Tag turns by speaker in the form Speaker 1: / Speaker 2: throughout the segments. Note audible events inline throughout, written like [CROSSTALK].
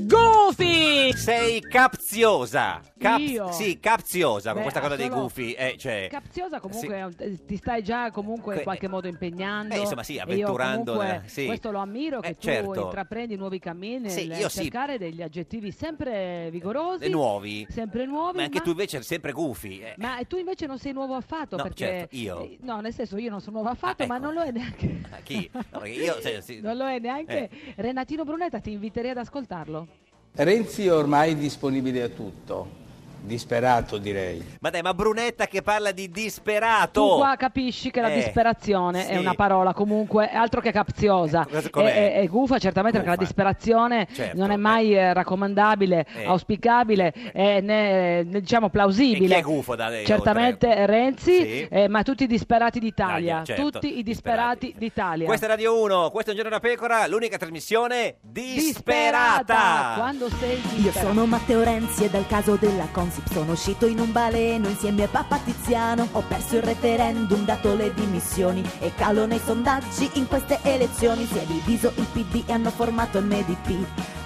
Speaker 1: Goofy!
Speaker 2: Sei capziosa. Cap-
Speaker 1: Io?
Speaker 2: Sì, capziosa con
Speaker 1: Beh,
Speaker 2: questa cosa dei
Speaker 1: solo-
Speaker 2: gufi. Eh, cioè...
Speaker 1: Capziosa
Speaker 2: Sì.
Speaker 1: comunque eh, ti stai già comunque in
Speaker 2: Que-
Speaker 1: qualche modo impegnando.
Speaker 2: Beh, insomma, sì,
Speaker 1: e io
Speaker 2: avventurando
Speaker 1: comunque
Speaker 2: nella- sì.
Speaker 1: Questo lo ammiro che
Speaker 2: Eh,
Speaker 1: tu
Speaker 2: certo.
Speaker 1: intraprendi nuovi cammini
Speaker 2: Sì,
Speaker 1: nel
Speaker 2: io sì.
Speaker 1: cercare degli aggettivi sempre vigorosi,
Speaker 2: Eh, nuovi.
Speaker 1: sempre nuovi.
Speaker 2: Ma anche
Speaker 1: ma-
Speaker 2: tu invece sempre gufi. eh.
Speaker 1: ma tu invece non sei nuovo affatto
Speaker 2: No,
Speaker 1: perché
Speaker 2: certo, io.
Speaker 1: eh, no, nel senso io non sono nuovo affatto, ma non lo è neanche
Speaker 2: Ah, Chi? No, perché io, se- Eh. sì.
Speaker 1: [LAUGHS] non lo è neanche Renatino Brunetta, ti inviterei ad ascoltarlo.
Speaker 3: Renzi è ormai disponibile a tutto, disperato direi.
Speaker 2: Ma dai, ma Brunetta che parla di disperato.
Speaker 1: Tu qua capisci che la
Speaker 2: Eh,
Speaker 1: disperazione
Speaker 2: sì.
Speaker 1: è
Speaker 2: Eh,
Speaker 1: una parola comunque altro che capziosa.
Speaker 2: cosa-
Speaker 1: È,
Speaker 2: com'è?
Speaker 1: è- è gufa certamente perché la disperazione
Speaker 2: Certo,
Speaker 1: non è mai eh, raccomandabile,
Speaker 2: Eh.
Speaker 1: auspicabile eh, né, né, diciamo
Speaker 2: E chi
Speaker 1: plausibile.
Speaker 2: è gufo da lei?
Speaker 1: certamente Renzi,
Speaker 2: Sì.
Speaker 1: eh, ma tutti i disperati d'Italia,
Speaker 2: Italia, certo,
Speaker 1: tutti i disperati, d'Italia.
Speaker 2: Questa è Radio 1, questo è un giorno da pecora, l'unica trasmissione disperata.
Speaker 1: Quando sei
Speaker 4: Io
Speaker 1: disperato.
Speaker 4: sono Matteo Renzi e dal caso della Consip sono uscito in un baleno insieme a Papa Tiziano. Ho perso il referendum, dato le dimissioni e calo nei sondaggi in queste elezioni. Si è diviso il PD e hanno formato MDP.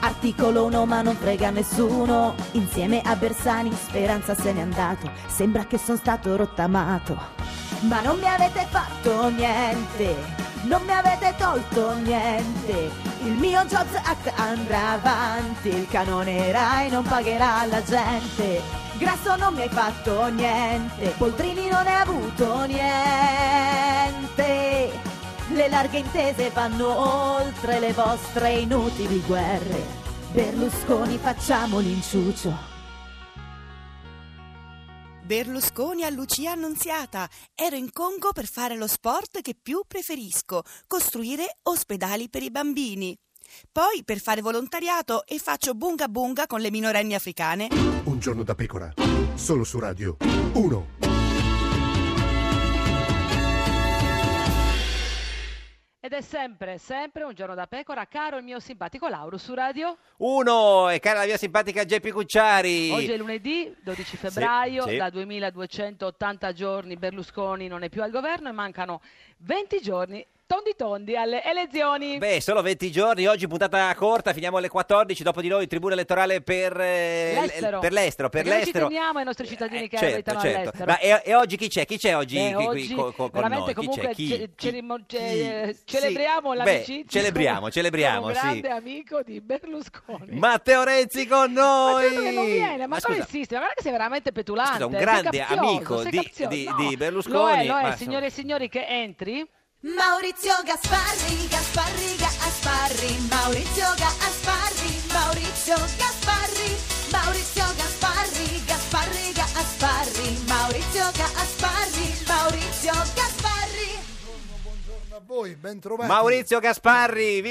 Speaker 4: Articolo 1 ma non frega nessuno. Insieme a Bersani Speranza se n'è andato. Sembra che sono stato rottamato. Ma non mi avete fatto niente, non mi avete tolto niente. Il mio Jobs Act andrà avanti, il canone Rai non pagherà la gente. Grasso non mi hai fatto niente, Poltrini non hai avuto niente. Le larghe intese vanno oltre le vostre inutili guerre. Berlusconi facciamo l'inciuccio.
Speaker 5: Berlusconi a Lucia Annunziata. Ero in Congo per fare lo sport che più preferisco, costruire ospedali per i bambini. Poi per fare volontariato e faccio bunga bunga con le minorenni africane.
Speaker 6: Un giorno da pecora, solo su Radio 1.
Speaker 1: Ed è sempre, sempre un giorno da pecora, caro il mio simpatico Lauro su radio.
Speaker 2: Uno, e cara la mia simpatica Geppi Cucciari.
Speaker 1: Oggi è lunedì 12 febbraio,
Speaker 2: sì.
Speaker 1: da 2280 giorni Berlusconi non è più al governo e mancano 20 giorni tondi tondi alle elezioni.
Speaker 2: Beh, solo 20 giorni, oggi puntata corta, finiamo alle 14, dopo di noi tribuna elettorale per eh,
Speaker 1: L'estero.
Speaker 2: l- per l'estero, per
Speaker 1: Perché noi
Speaker 2: l'estero.
Speaker 1: ci teniamo ai nostri cittadini che
Speaker 2: certo,
Speaker 1: abitano
Speaker 2: certo.
Speaker 1: all'estero.
Speaker 2: Ma e, e oggi chi c'è? Chi c'è oggi
Speaker 1: Beh,
Speaker 2: qui, qui
Speaker 1: Eh, oggi
Speaker 2: co- co- con
Speaker 1: veramente
Speaker 2: noi? Chi
Speaker 1: comunque
Speaker 2: c'è? Chi-
Speaker 1: ce-
Speaker 2: chi-
Speaker 1: cerimo- ce- eh,
Speaker 2: chi?
Speaker 1: celebriamo
Speaker 2: Sì.
Speaker 1: l'amicizia.
Speaker 2: Beh, celebriamo, celebriamo,
Speaker 1: con [LAUGHS] un grande
Speaker 2: sì.
Speaker 1: amico di Berlusconi.
Speaker 2: Matteo Renzi con
Speaker 1: Ma
Speaker 2: noi.
Speaker 1: certo che non viene, ma, come
Speaker 2: scusa,
Speaker 1: esiste? Ma guarda che sei veramente petulante.
Speaker 2: Scusa, un
Speaker 1: sei
Speaker 2: grande
Speaker 1: capzioso,
Speaker 2: amico
Speaker 1: sei
Speaker 2: di-
Speaker 1: capzioso.
Speaker 2: di-
Speaker 1: No,
Speaker 2: di
Speaker 1: Lo è,
Speaker 2: Berlusconi,
Speaker 1: lo è,
Speaker 2: ma-
Speaker 1: signore e signori, che entri.
Speaker 4: Maurizio Gasparri, Gasparri, Gasparri, Maurizio Gasparri, Maurizio Gasparri, Maurizio Gasparri, Gasparri, Gasparri, Maurizio Gasparri, Maurizio Gasparri.
Speaker 6: A voi, ben trovati.
Speaker 2: Maurizio Gasparri,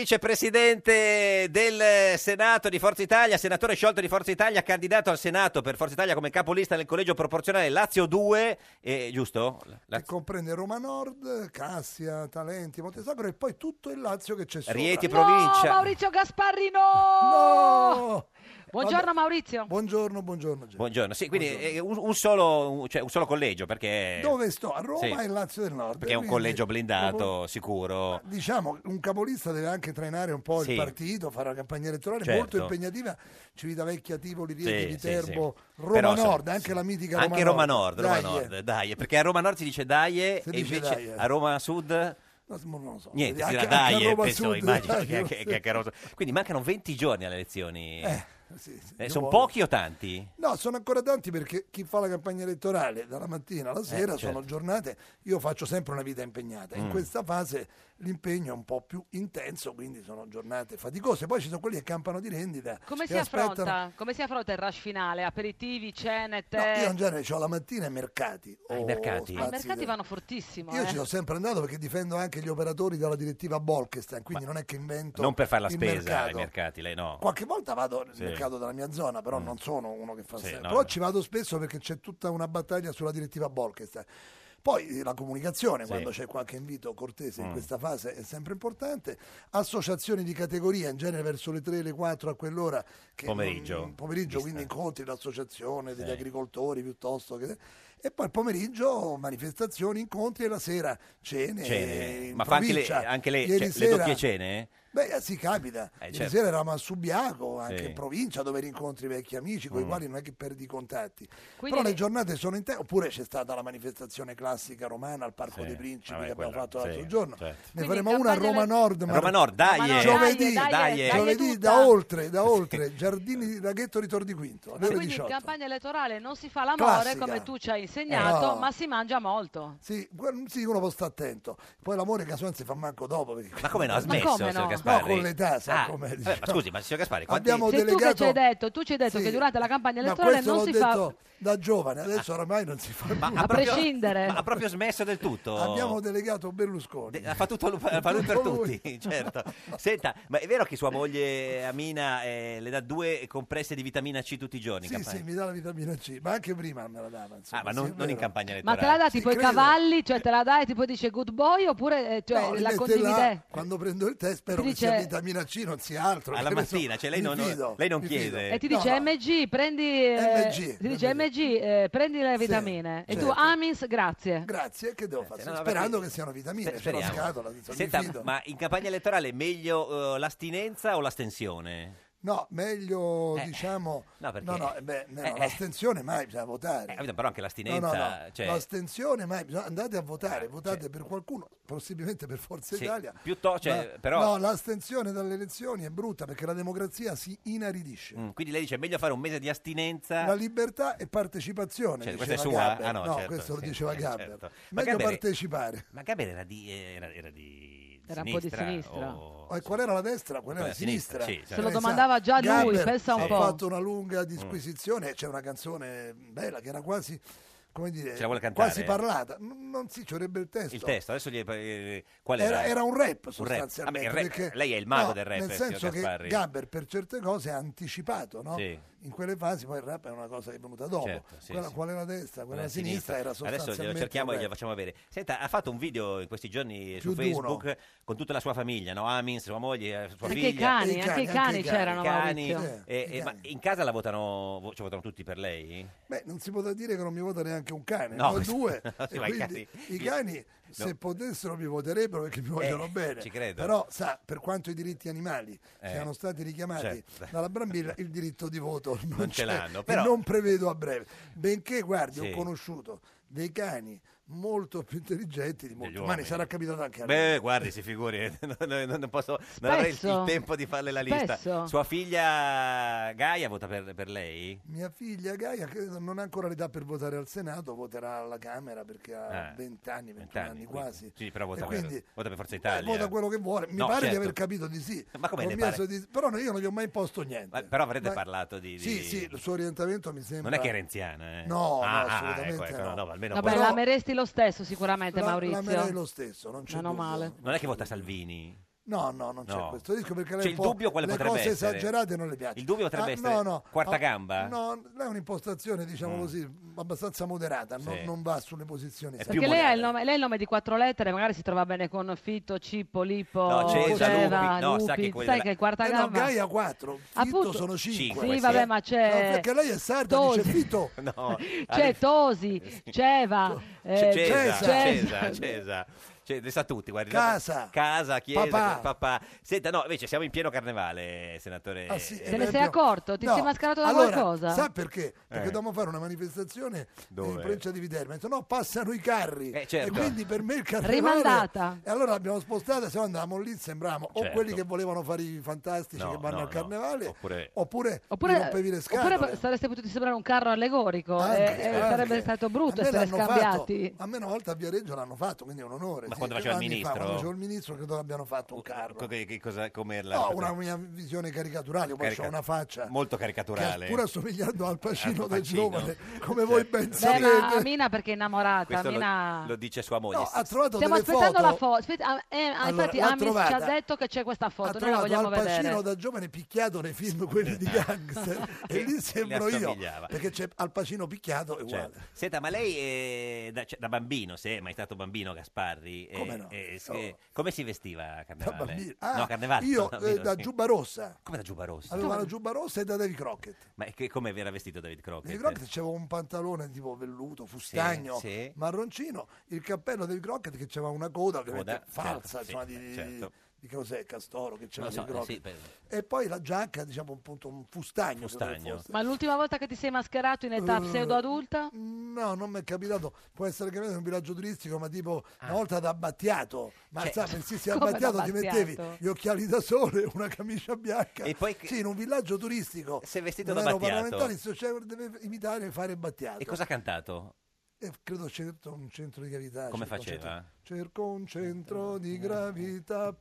Speaker 2: vicepresidente del Senato di Forza Italia, senatore sciolto di Forza Italia, candidato al Senato per Forza Italia come capolista nel collegio proporzionale Lazio 2, eh, giusto?
Speaker 6: Che
Speaker 2: Lazio-
Speaker 6: comprende Roma Nord, Cassia, Talenti, Montesagro e poi tutto il Lazio che c'è sopra.
Speaker 2: Rieti e
Speaker 1: No,
Speaker 2: provincia.
Speaker 1: Maurizio Gasparri, no!
Speaker 6: No!
Speaker 1: Buongiorno
Speaker 6: Vabbè.
Speaker 1: Maurizio.
Speaker 6: Buongiorno, buongiorno. Geppi.
Speaker 2: Buongiorno, sì, quindi eh, un, un solo, un- cioè, un solo collegio perché...
Speaker 6: Dove sto? A Roma
Speaker 2: Sì.
Speaker 6: e Lazio del Nord.
Speaker 2: Perché è un
Speaker 6: quindi- oh,
Speaker 2: collegio blindato, sicuro.
Speaker 6: Diciamo, un capolista deve anche trainare un po'
Speaker 2: Sì.
Speaker 6: il partito, fare una campagna elettorale
Speaker 2: Certo.
Speaker 6: molto impegnativa. Civitavecchia, Tivoli, Rieti,
Speaker 2: Sì,
Speaker 6: Viterbo,
Speaker 2: sì, sì.
Speaker 6: Roma
Speaker 2: Però, insomma,
Speaker 6: Nord, anche
Speaker 2: sì.
Speaker 6: la mitica Roma
Speaker 2: Anche
Speaker 6: Nord.
Speaker 2: Roma Nord, Roma
Speaker 6: Dai,
Speaker 2: Nord,
Speaker 6: eh.
Speaker 2: dai, perché a Roma Nord si dice daie
Speaker 6: Si
Speaker 2: e
Speaker 6: dice
Speaker 2: invece
Speaker 6: daie.
Speaker 2: a Roma Sud
Speaker 6: No, non lo so.
Speaker 2: niente, si
Speaker 6: Anche-
Speaker 2: dirà
Speaker 6: anche a
Speaker 2: daie,
Speaker 6: Roma
Speaker 2: penso,
Speaker 6: Sud, [LAUGHS]
Speaker 2: eh, immagino
Speaker 6: dai,
Speaker 2: che anche-
Speaker 6: sì.
Speaker 2: che anche a Roma Sud. Quindi mancano 20 giorni alle elezioni.
Speaker 6: Eh, sì, sì,
Speaker 2: Eh,
Speaker 6: io
Speaker 2: sono
Speaker 6: voglio-
Speaker 2: pochi o tanti?
Speaker 6: No, sono ancora tanti perché chi fa la campagna elettorale dalla mattina alla sera
Speaker 2: certo. Mm.
Speaker 6: sono giornate, io faccio sempre una vita impegnata. In questa fase l'impegno è un po' più intenso, quindi sono giornate faticose. Poi ci sono quelli che campano di rendita.
Speaker 1: Come
Speaker 6: che
Speaker 1: si,
Speaker 6: aspettano-
Speaker 1: affronta, come si affronta il rush finale? Aperitivi, cene,
Speaker 6: No,
Speaker 1: tè?
Speaker 6: io in genere ho la mattina e mercati.
Speaker 2: Ah, i
Speaker 6: o
Speaker 2: mercati.
Speaker 6: spazi
Speaker 1: Ma Cioè I mercati
Speaker 6: del-
Speaker 1: vanno fortissimo.
Speaker 6: Io
Speaker 1: eh.
Speaker 6: ci sono sempre andato perché difendo anche gli operatori dalla direttiva Bolkestein, quindi non è che invento.
Speaker 2: Non per fare la
Speaker 6: il
Speaker 2: spesa
Speaker 6: mercato.
Speaker 2: ai mercati, lei no.
Speaker 6: Qualche volta vado nel
Speaker 2: Sì. Mm.
Speaker 6: mercato della mia zona, però non sono uno che fa
Speaker 2: Sì,
Speaker 6: sempre.
Speaker 2: no,
Speaker 6: però
Speaker 2: no.
Speaker 6: ci vado spesso perché c'è tutta una battaglia sulla direttiva Bolkestein. Poi eh, la comunicazione,
Speaker 2: Sì.
Speaker 6: quando c'è qualche invito cortese in
Speaker 2: Mm.
Speaker 6: questa fase, è sempre importante. Associazioni di categoria, in genere verso le 3, le 4, a quell'ora. Che
Speaker 2: Pomeriggio.
Speaker 6: mm, pomeriggio,
Speaker 2: Vista.
Speaker 6: quindi incontri l'associazione degli
Speaker 2: Sì.
Speaker 6: agricoltori piuttosto che... E poi il pomeriggio manifestazioni, incontri e la sera cene.
Speaker 2: Cene.
Speaker 6: in
Speaker 2: Ma fa anche le,
Speaker 6: provincia.
Speaker 2: anche le-
Speaker 6: Ieri
Speaker 2: cioè, le
Speaker 6: sera-
Speaker 2: doppie cene?
Speaker 6: Beh, eh, sì, capita.
Speaker 2: Eh,
Speaker 6: Ieri
Speaker 2: certo.
Speaker 6: sera eravamo a Subiaco, anche
Speaker 2: Sì.
Speaker 6: in provincia, dove rincontri vecchi amici con i
Speaker 2: Mm.
Speaker 6: quali non è che perdi i contatti.
Speaker 1: Quindi
Speaker 6: Però le
Speaker 1: le-
Speaker 6: giornate sono in te. Oppure c'è stata la manifestazione classica romana al Parco
Speaker 2: Sì.
Speaker 6: dei Principi
Speaker 2: Vabbè,
Speaker 6: che abbiamo
Speaker 2: quella-
Speaker 6: fatto l'altro
Speaker 2: sì,
Speaker 6: giorno.
Speaker 2: certo.
Speaker 6: Ne
Speaker 1: Quindi
Speaker 6: faremo una a
Speaker 1: campagna
Speaker 6: Roma
Speaker 1: ele-
Speaker 6: Nord.
Speaker 2: Roma Nord, dai, eh.
Speaker 1: Roma Nord,
Speaker 6: Giovedì,
Speaker 1: dai,
Speaker 2: dai,
Speaker 1: dai,
Speaker 2: eh.
Speaker 1: dai,
Speaker 6: Giovedì
Speaker 1: tutta.
Speaker 6: da oltre, da oltre, Giardini di Laghetto Ritordi Quinto, alle ore
Speaker 1: Quindi in
Speaker 6: 18.
Speaker 1: campagna elettorale non si fa l'amore
Speaker 6: Classica.
Speaker 1: come tu ci hai insegnato,
Speaker 6: Eh, no.
Speaker 1: ma si mangia molto.
Speaker 6: Sì, que- sì, uno può stare attento. Poi l'amore casomai si fa manco dopo. perché-
Speaker 2: Ma
Speaker 6: [LAUGHS]
Speaker 2: come no? Ha
Speaker 1: Ma
Speaker 2: smesso,
Speaker 1: come
Speaker 2: signor
Speaker 1: no?
Speaker 2: Gasparri?
Speaker 6: No, con l'età, sa
Speaker 2: Ah,
Speaker 6: com'è,
Speaker 2: vabbè,
Speaker 6: diciamo.
Speaker 2: ma scusi, ma signor Gasparri, quanti...
Speaker 6: Abbiamo
Speaker 1: Sei tu che
Speaker 6: delegato...
Speaker 1: ci hai detto, tu ci hai detto
Speaker 6: Sì.
Speaker 1: che durante la campagna
Speaker 6: Ma
Speaker 1: elettorale
Speaker 6: questo
Speaker 1: non
Speaker 6: l'ho
Speaker 1: si fa
Speaker 6: detto da giovane, adesso oramai non si fa
Speaker 2: Ah. Ma
Speaker 6: più.
Speaker 2: ha
Speaker 1: A
Speaker 2: proprio-
Speaker 1: prescindere.
Speaker 2: ma ha proprio smesso del tutto?
Speaker 6: Abbiamo delegato Berlusconi.
Speaker 2: De- fa tutto lui, fa lui per
Speaker 6: Tutto lui.
Speaker 2: tutti, [LAUGHS] certo. Senta, ma è vero che sua moglie Amina eh, le dà due compresse di vitamina C tutti i giorni? in
Speaker 6: Sì,
Speaker 2: campagna?
Speaker 6: sì, mi dà la vitamina C, ma anche prima me la dava. insomma,
Speaker 2: ah, ma
Speaker 6: sì,
Speaker 2: non,
Speaker 6: è
Speaker 2: non in
Speaker 6: vero.
Speaker 2: campagna
Speaker 1: Ma
Speaker 2: elettorale.
Speaker 1: te la dà
Speaker 6: Eh, Sì,
Speaker 1: tipo i
Speaker 6: credo.
Speaker 1: cavalli, cioè te la dà e tipo dice good boy oppure eh, cioè,
Speaker 6: No, li
Speaker 1: la
Speaker 6: mette là,
Speaker 1: condivide?
Speaker 6: quando prendo il tè spero
Speaker 1: Ti
Speaker 6: che sia
Speaker 1: dice-
Speaker 6: vitamina C, non sia altro.
Speaker 2: Alla
Speaker 6: che ne so.
Speaker 2: mattina, cioè, lei
Speaker 6: Mi
Speaker 2: non- lei non
Speaker 6: mi
Speaker 2: chiede.
Speaker 1: E ti
Speaker 6: No,
Speaker 1: dice
Speaker 6: no.
Speaker 1: MG, prendi, eh,
Speaker 6: MG,
Speaker 1: ti dice,
Speaker 6: MG.
Speaker 1: MG, eh, prendi le
Speaker 6: Sì,
Speaker 1: vitamine. e tu
Speaker 6: certo.
Speaker 1: Amins, grazie.
Speaker 6: Grazie, che devo fare?
Speaker 2: Grazie, Eh, no, no,
Speaker 6: Sperando
Speaker 2: perché-
Speaker 6: che siano vitamine,
Speaker 2: Sper-
Speaker 6: c'è la
Speaker 2: speriamo.
Speaker 6: cioè, scatola, insomma, mi
Speaker 2: Senta,
Speaker 6: fido.
Speaker 2: ma in campagna elettorale è meglio eh, l'astinenza o l'astensione?
Speaker 6: No, meglio
Speaker 2: Eh,
Speaker 6: diciamo...
Speaker 2: no, perché-
Speaker 6: No, no, eh, beh, no,
Speaker 2: eh, eh.
Speaker 6: l'astensione mai bisogna
Speaker 2: Eh,
Speaker 6: votare.
Speaker 2: capito, però anche
Speaker 6: No, no,
Speaker 2: l'astinenza...
Speaker 6: no.
Speaker 2: cioè,
Speaker 6: L'astensione, ma bisogna- andate a votare,
Speaker 2: Eh,
Speaker 6: votate
Speaker 2: cioè-
Speaker 6: per qualcuno, possibilmente per Forza
Speaker 2: Sì,
Speaker 6: Italia.
Speaker 2: piuttosto- cioè,
Speaker 6: ma-
Speaker 2: però-
Speaker 6: No, l'astensione dalle elezioni è brutta perché la democrazia si inaridisce.
Speaker 2: mm, quindi lei dice è meglio fare un mese di astinenza...
Speaker 6: La libertà e partecipazione.
Speaker 2: Cioè,
Speaker 6: diceva
Speaker 2: questa è sua?
Speaker 6: Gaber.
Speaker 2: Ah, no, certo,
Speaker 6: questo lo
Speaker 2: sì,
Speaker 6: diceva
Speaker 2: sì,
Speaker 6: Gaber.
Speaker 2: certo. Ma
Speaker 6: Meglio
Speaker 2: Gaber-
Speaker 6: partecipare.
Speaker 2: Ma Gaber era di... Era, era di
Speaker 1: Era un po' di sinistra.
Speaker 2: o-
Speaker 6: E Eh, qual era la destra? Qual era la
Speaker 2: Oh, Quella
Speaker 6: sinistra?
Speaker 2: sinistra, sì, Mm. certo.
Speaker 1: Se lo
Speaker 6: Lei sa,
Speaker 1: domandava già lui,
Speaker 6: Gaber
Speaker 1: pensa un
Speaker 6: ha
Speaker 1: po'.
Speaker 6: fatto una lunga disquisizione. e C'è una canzone bella che era quasi, come dire,
Speaker 2: Ce la vuole cantare?
Speaker 6: quasi parlata. N- Non si, ci vorrebbe il testo.
Speaker 2: Il testo, adesso gli... eh, qual
Speaker 6: Era, era un rap sostanzialmente.
Speaker 2: Vabbè, Ah, il rap-
Speaker 6: perché-
Speaker 2: lei è il mago
Speaker 6: no,
Speaker 2: del rap, eh,
Speaker 6: Nel
Speaker 2: signor
Speaker 6: senso che
Speaker 2: Gasparri.
Speaker 6: Gaber per certe cose ha anticipato, no?
Speaker 2: Sì.
Speaker 6: In quelle fasi poi il rap è una cosa che è venuta dopo.
Speaker 2: Certo, sì,
Speaker 6: quella,
Speaker 2: sì.
Speaker 6: Qual era la destra, quella
Speaker 2: Quella
Speaker 6: era la sinistra, era sostanzialmente.
Speaker 2: Adesso glielo cerchiamo
Speaker 6: il
Speaker 2: e glielo
Speaker 6: rap.
Speaker 2: facciamo avere. Senta, ha fatto un video in questi giorni su
Speaker 6: Più di uno.
Speaker 2: Facebook con tutta la sua famiglia, no? Amin, sua moglie, eh, sua
Speaker 1: Anche
Speaker 2: figlia.
Speaker 1: i cani,
Speaker 6: i cani,
Speaker 1: anche i
Speaker 6: anche i cani,
Speaker 1: cani c'erano
Speaker 2: i cani.
Speaker 1: Maurizio.
Speaker 6: Sì.
Speaker 2: Eh,
Speaker 6: i
Speaker 2: eh, ma
Speaker 6: cani.
Speaker 2: in casa la votano, vo- ci votano tutti per lei?
Speaker 6: Beh, non si potrà dire che non mi vota neanche un cane,
Speaker 2: No,
Speaker 6: no,
Speaker 2: questo-
Speaker 6: due.
Speaker 2: [LAUGHS] no, sì,
Speaker 6: E
Speaker 2: ma i
Speaker 6: quindi
Speaker 2: cani-
Speaker 6: i cani, se
Speaker 2: No. Eh,
Speaker 6: potessero, mi voterebbero perché mi vogliono bene.
Speaker 2: ci credo.
Speaker 6: Però, sa, per quanto i diritti animali
Speaker 2: Eh,
Speaker 6: siano stati richiamati
Speaker 2: certo.
Speaker 6: dalla Brambilla, il diritto di voto non,
Speaker 2: Non ce
Speaker 6: c'è,
Speaker 2: l'hanno,
Speaker 6: e
Speaker 2: però-
Speaker 6: non prevedo a breve. Benché, guardi,
Speaker 2: Sì.
Speaker 6: ho conosciuto dei cani molto più intelligenti di molti umani.
Speaker 2: uomini.
Speaker 6: Sarà capitato anche a
Speaker 2: Beh,
Speaker 6: lei.
Speaker 2: guardi, si figuri, [LAUGHS] eh, non, non- non posso, non avrei il- il
Speaker 1: Spesso.
Speaker 2: tempo di farle la lista.
Speaker 1: Spesso.
Speaker 2: Sua figlia Gaia vota per, per lei?
Speaker 6: Mia figlia Gaia credo, non ha ancora l'età per votare al Senato, voterà alla Camera perché ha
Speaker 2: Ah,
Speaker 6: 20 anni, 21
Speaker 2: vent'anni,
Speaker 6: anni
Speaker 2: quindi.
Speaker 6: quasi.
Speaker 2: Sì, però vota
Speaker 6: E
Speaker 2: per-
Speaker 6: quindi-
Speaker 2: vota per Forza
Speaker 6: Beh,
Speaker 2: Italia.
Speaker 6: Vota quello che vuole. Mi
Speaker 2: No,
Speaker 6: pare
Speaker 2: certo.
Speaker 6: di aver capito di sì.
Speaker 2: Ma come
Speaker 6: Non
Speaker 2: le
Speaker 6: mi è
Speaker 2: pare?
Speaker 6: soddisf- Però no, io non gli ho mai imposto niente.
Speaker 2: Ma- però avrete
Speaker 6: Ma-
Speaker 2: parlato di-
Speaker 6: Sì,
Speaker 2: di-
Speaker 6: sì, il suo orientamento mi sembra...
Speaker 2: Non è che è renziana, eh?
Speaker 6: No, no,
Speaker 2: Ah, ah,
Speaker 6: assolutamente
Speaker 2: ecco, ecco,
Speaker 6: no.
Speaker 2: no, almeno
Speaker 1: Vabbè,
Speaker 6: Però-
Speaker 1: l'ameresti lo stesso sicuramente
Speaker 6: La- l'amerei
Speaker 1: Maurizio.
Speaker 6: lo stesso, non c'è
Speaker 1: Meno
Speaker 6: dubbio.
Speaker 1: male.
Speaker 2: Non è che vota Salvini? [LAUGHS]
Speaker 6: No, no, non c'è
Speaker 2: No.
Speaker 6: questo rischio perché
Speaker 2: C'è
Speaker 6: lei
Speaker 2: il
Speaker 6: può-
Speaker 2: dubbio quale
Speaker 6: le
Speaker 2: potrebbe
Speaker 6: cose
Speaker 2: essere?
Speaker 6: esagerate non le piacciono.
Speaker 2: Il dubbio potrebbe essere
Speaker 6: no, no.
Speaker 2: quarta
Speaker 6: Ah,
Speaker 2: gamba? Mm.
Speaker 6: No, lei ha un'impostazione, diciamo così, abbastanza moderata, non,
Speaker 2: Sì.
Speaker 6: non va sulle posizioni
Speaker 2: È più
Speaker 1: Perché
Speaker 6: esagerate.
Speaker 1: lei ha, il
Speaker 2: moderno.
Speaker 1: nome, lei ha il nome di quattro lettere, magari si trova bene con Fitto, Cippo, Lippo,
Speaker 2: No, Cesa,
Speaker 1: Ceva,
Speaker 2: Lupi, no, sa che
Speaker 1: Lupi.
Speaker 2: quella-
Speaker 1: sai che è quarta
Speaker 6: Eh no,
Speaker 1: gamba?
Speaker 6: Gaia 4, Fitto
Speaker 1: Appunto.
Speaker 6: sono 5.
Speaker 2: Cinque,
Speaker 1: sì,
Speaker 2: sì.
Speaker 1: vabbè, ma
Speaker 6: No,
Speaker 1: c'è
Speaker 6: perché lei è sarda,
Speaker 1: Tosi.
Speaker 6: dice Fitto.
Speaker 2: No, Eh,
Speaker 1: C'è
Speaker 2: alle- [LAUGHS]
Speaker 1: Cioè, Tosi, Ceva,
Speaker 2: C'è
Speaker 1: eh,
Speaker 2: Cesa,
Speaker 1: Cesa.
Speaker 2: Cesa, Cesa. Cioè, le sa tutti, guardi.
Speaker 6: Casa.
Speaker 2: Casa, chiesa,
Speaker 6: Papà.
Speaker 2: papà. Senta, no, invece siamo in pieno carnevale, senatore.
Speaker 6: Ah, sì,
Speaker 1: Se ne
Speaker 6: eh,
Speaker 1: sei
Speaker 6: abbiamo-
Speaker 1: accorto? Ti
Speaker 6: No,
Speaker 1: sei mascarato da
Speaker 6: allora,
Speaker 1: qualcosa?
Speaker 6: Sa perché? Perché
Speaker 2: Eh.
Speaker 6: dobbiamo fare una manifestazione in
Speaker 2: Dove?
Speaker 6: provincia di Viterbo. Ho detto, no, passano i carri.
Speaker 2: Eh, certo.
Speaker 6: E quindi per me il carnevale...
Speaker 1: Rimandata.
Speaker 6: E allora l'abbiamo spostata, se no andavamo lì, sembravamo o
Speaker 2: Certo.
Speaker 6: quelli che volevano fare i fantastici
Speaker 2: No,
Speaker 6: che vanno
Speaker 2: no,
Speaker 6: al carnevale,
Speaker 2: no. Oppure-
Speaker 6: oppure, mi
Speaker 1: Oppure,
Speaker 6: rompevi le
Speaker 1: oppure
Speaker 6: scatole.
Speaker 1: sareste potuti sembrare un carro allegorico
Speaker 6: Anche,
Speaker 1: e- e
Speaker 6: Ah, anche.
Speaker 1: Eh, sarebbe stato
Speaker 6: A me
Speaker 1: brutto essere
Speaker 6: l'hanno Ah,
Speaker 1: scambiati.
Speaker 6: fatto- a me una volta a Viareggio l'hanno fatto, quindi è un onore.
Speaker 2: Ma
Speaker 6: sì,
Speaker 2: quando faceva il
Speaker 6: anni fa,
Speaker 2: ministro?
Speaker 6: quando facevo il ministro, credo l'abbiano fatto un carro.
Speaker 2: Co- che- che cosa- com'era la-
Speaker 6: No, una mia visione caricaturale, io poi
Speaker 2: Carica-
Speaker 6: ho una faccia
Speaker 2: molto
Speaker 6: che
Speaker 2: caricaturale.
Speaker 6: pur assomigliando al Pacino
Speaker 2: Al
Speaker 6: del
Speaker 2: Pacino.
Speaker 6: giovane, come voi ben
Speaker 1: Beh, ma
Speaker 6: sapete.
Speaker 1: Mina perché è innamorata.
Speaker 2: Questo lo,
Speaker 1: Mina...
Speaker 2: lo dice sua moglie.
Speaker 6: No, ha trovato
Speaker 1: Stiamo
Speaker 6: delle
Speaker 1: aspettando
Speaker 6: foto.
Speaker 1: la foto. Aspetta, ah, eh, ah,
Speaker 6: Allora,
Speaker 1: infatti,
Speaker 6: l'ha
Speaker 1: Amis ci ha
Speaker 6: trovata.
Speaker 1: detto che c'è questa
Speaker 6: ha
Speaker 1: foto. Noi la
Speaker 6: trovato
Speaker 1: vogliamo
Speaker 6: Al Pacino
Speaker 1: vedere.
Speaker 6: da giovane picchiato nei film quelli di
Speaker 2: [LAUGHS]
Speaker 6: gangster e lì sembro io
Speaker 2: assomigliava.
Speaker 6: perché c'è Al Pacino picchiato è
Speaker 2: Cioè,
Speaker 6: uguale
Speaker 2: senta, ma lei eh, da, cioè, da bambino, se è mai stato bambino Gasparri, eh,
Speaker 6: Come no?
Speaker 2: eh, se-
Speaker 6: Oh.
Speaker 2: come si vestiva a
Speaker 6: Da
Speaker 2: carnevale?
Speaker 6: bambino. Ah,
Speaker 2: no, carnevale.
Speaker 6: io
Speaker 2: [LAUGHS] no,
Speaker 6: eh,
Speaker 2: bambino,
Speaker 6: da
Speaker 2: sì.
Speaker 6: giubba rossa
Speaker 2: Come da giubba rossa?
Speaker 6: avevo la giubba rossa e da Davy Crockett
Speaker 2: Ma che, come era vestito David Crockett?
Speaker 6: David Crockett c'aveva un pantalone tipo velluto, fustagno,
Speaker 2: sì.
Speaker 6: marroncino, il cappello David Crockett che c'aveva una coda ovviamente
Speaker 2: Coda,
Speaker 6: falsa,
Speaker 2: certo,
Speaker 6: insomma,
Speaker 2: sì,
Speaker 6: di,
Speaker 2: certo.
Speaker 6: di che cos'è, castoro che c'era
Speaker 2: Non so, eh,
Speaker 6: David Crockett.
Speaker 2: sì, per-
Speaker 6: E poi la giacca, diciamo un punto un fustagno.
Speaker 2: Fustagno.
Speaker 6: credo fosse.
Speaker 1: Ma l'ultima volta che ti sei mascherato in età
Speaker 6: Eh,
Speaker 1: pseudo-adulta?
Speaker 6: No, non mi è capitato. Può essere capitato in un villaggio turistico, ma tipo una volta da Battiato. Ma
Speaker 2: Cioè,
Speaker 6: sai, pensi sia
Speaker 1: Ah. [LAUGHS] come da
Speaker 6: Battiato, ti mettevi
Speaker 1: Battiato?
Speaker 6: gli occhiali da sole, [LAUGHS] una camicia bianca.
Speaker 2: E poi che-
Speaker 6: Sì, in un villaggio turistico.
Speaker 2: Se vestito
Speaker 6: non
Speaker 2: da
Speaker 6: ero
Speaker 2: Battiato.
Speaker 6: parlamentare, se c'è- deve imitare e fare Battiato.
Speaker 2: E cosa ha cantato?
Speaker 6: E credo certo un centro di gravità.
Speaker 2: Come
Speaker 6: cerco un
Speaker 2: faceva?
Speaker 6: centro- cerco un centro di gravità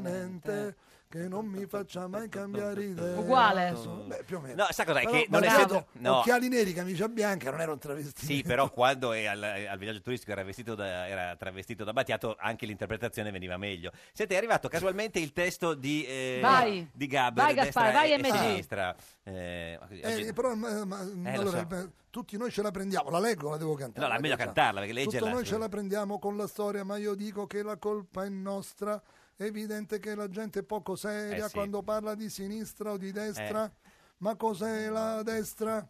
Speaker 6: permanente che non mi faccia mai cambiare idea.
Speaker 1: Uguale.
Speaker 6: Beh, più o meno.
Speaker 2: No, sa cos'è?
Speaker 6: Però,
Speaker 2: Che
Speaker 6: ma
Speaker 2: non è
Speaker 6: ripeto,
Speaker 2: stato- no.
Speaker 6: Occhiali neri, camicia bianca, non era un travestito.
Speaker 2: Sì, però quando è al, al villaggio turistico era, vestito da, era travestito da Battiato, anche l'interpretazione veniva meglio. Senti, è arrivato casualmente il testo di, eh,
Speaker 1: Vai.
Speaker 2: di Gaber,
Speaker 1: Vai,
Speaker 2: destra
Speaker 1: Gaspare,
Speaker 2: e-
Speaker 1: vai,
Speaker 2: e
Speaker 1: MG.
Speaker 2: sinistra. Eh, ma così,
Speaker 6: Eh,
Speaker 2: oggi-
Speaker 6: però, ma- ma-
Speaker 2: Eh, lo
Speaker 6: allora,
Speaker 2: so.
Speaker 6: beh, tutti noi ce la prendiamo. La leggo, o la devo cantare.
Speaker 2: No, la- meglio
Speaker 6: cosa?
Speaker 2: cantarla, perché leggerla-
Speaker 6: Tutto noi ce la prendiamo con la storia, ma io dico che la colpa è nostra. È evidente che la gente è poco seria
Speaker 2: Eh, sì.
Speaker 6: quando parla di sinistra o di
Speaker 2: Eh.
Speaker 6: destra. Ma cos'è la destra?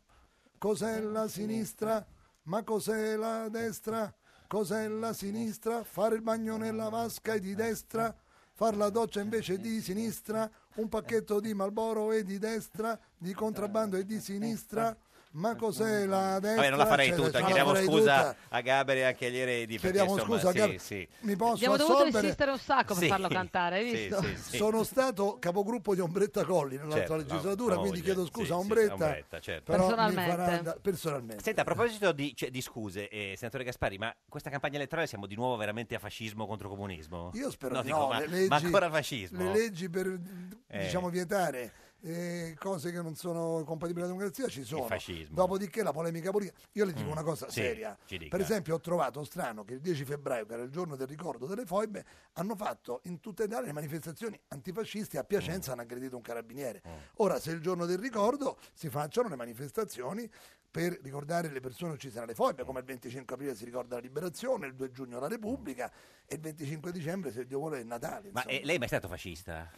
Speaker 6: Cos'è la sinistra? Ma cos'è la destra? Cos'è la sinistra? Fare il bagno nella vasca è di destra. Far la doccia invece di sinistra, un pacchetto di Malboro è di destra, di contrabbando è di sinistra. Ma cos'è la destra?
Speaker 2: Vabbè, non la farei
Speaker 6: Cioè,
Speaker 2: tutta,
Speaker 6: non la
Speaker 2: chiediamo
Speaker 6: farei
Speaker 2: scusa
Speaker 6: tutta.
Speaker 2: a Gaber e anche agli eredi. perché,
Speaker 6: Chiediamo
Speaker 2: insomma,
Speaker 6: scusa,
Speaker 2: sì,
Speaker 6: Gaber.
Speaker 2: sì.
Speaker 6: mi posso
Speaker 1: Abbiamo dovuto
Speaker 6: assolvere?
Speaker 1: insistere un sacco per
Speaker 2: Sì.
Speaker 1: farlo cantare, hai
Speaker 2: Sì,
Speaker 1: visto?
Speaker 2: sì, sì.
Speaker 6: Sono stato capogruppo di Ombretta Colli nell'altra
Speaker 2: Certo, la-
Speaker 6: legislatura,
Speaker 2: la
Speaker 6: quindi
Speaker 2: moglie,
Speaker 6: chiedo
Speaker 2: sì,
Speaker 6: scusa
Speaker 2: sì,
Speaker 6: a Ombretta,
Speaker 2: Ombretta, certo.
Speaker 6: però mi
Speaker 1: Personalmente.
Speaker 6: farà andare- personalmente.
Speaker 2: Senta, a proposito di, cioè, di scuse, eh, senatore Gaspari, ma questa campagna elettorale siamo di nuovo veramente a fascismo contro comunismo?
Speaker 6: Io spero
Speaker 2: no,
Speaker 6: di
Speaker 2: dico,
Speaker 6: no,
Speaker 2: ma,
Speaker 6: le leggi,
Speaker 2: ma ancora fascismo?
Speaker 6: Le leggi per
Speaker 2: Eh.
Speaker 6: diciamo vietare eh, cose che non sono compatibili alla democrazia ci sono.
Speaker 2: fascismo.
Speaker 6: Dopodiché la polemica politica. Io le dico
Speaker 2: Mm,
Speaker 6: una cosa
Speaker 2: sì,
Speaker 6: seria.
Speaker 2: ci dica.
Speaker 6: Per esempio, ho trovato strano che il 10 febbraio, che era il giorno del ricordo delle foibe, hanno fatto in tutta Italia le manifestazioni antifasciste. A
Speaker 2: Mm.
Speaker 6: Piacenza hanno aggredito un carabiniere. Ora, se è il giorno del ricordo, si facciano le manifestazioni per ricordare le persone uccise dalle foibe,
Speaker 2: Mm.
Speaker 6: come il 25 aprile si ricorda la liberazione, il 2 giugno la Repubblica e il 25 dicembre, se Dio vuole, è Natale.
Speaker 2: Mm. Ma
Speaker 6: insomma.
Speaker 2: eh, lei è mai stato fascista?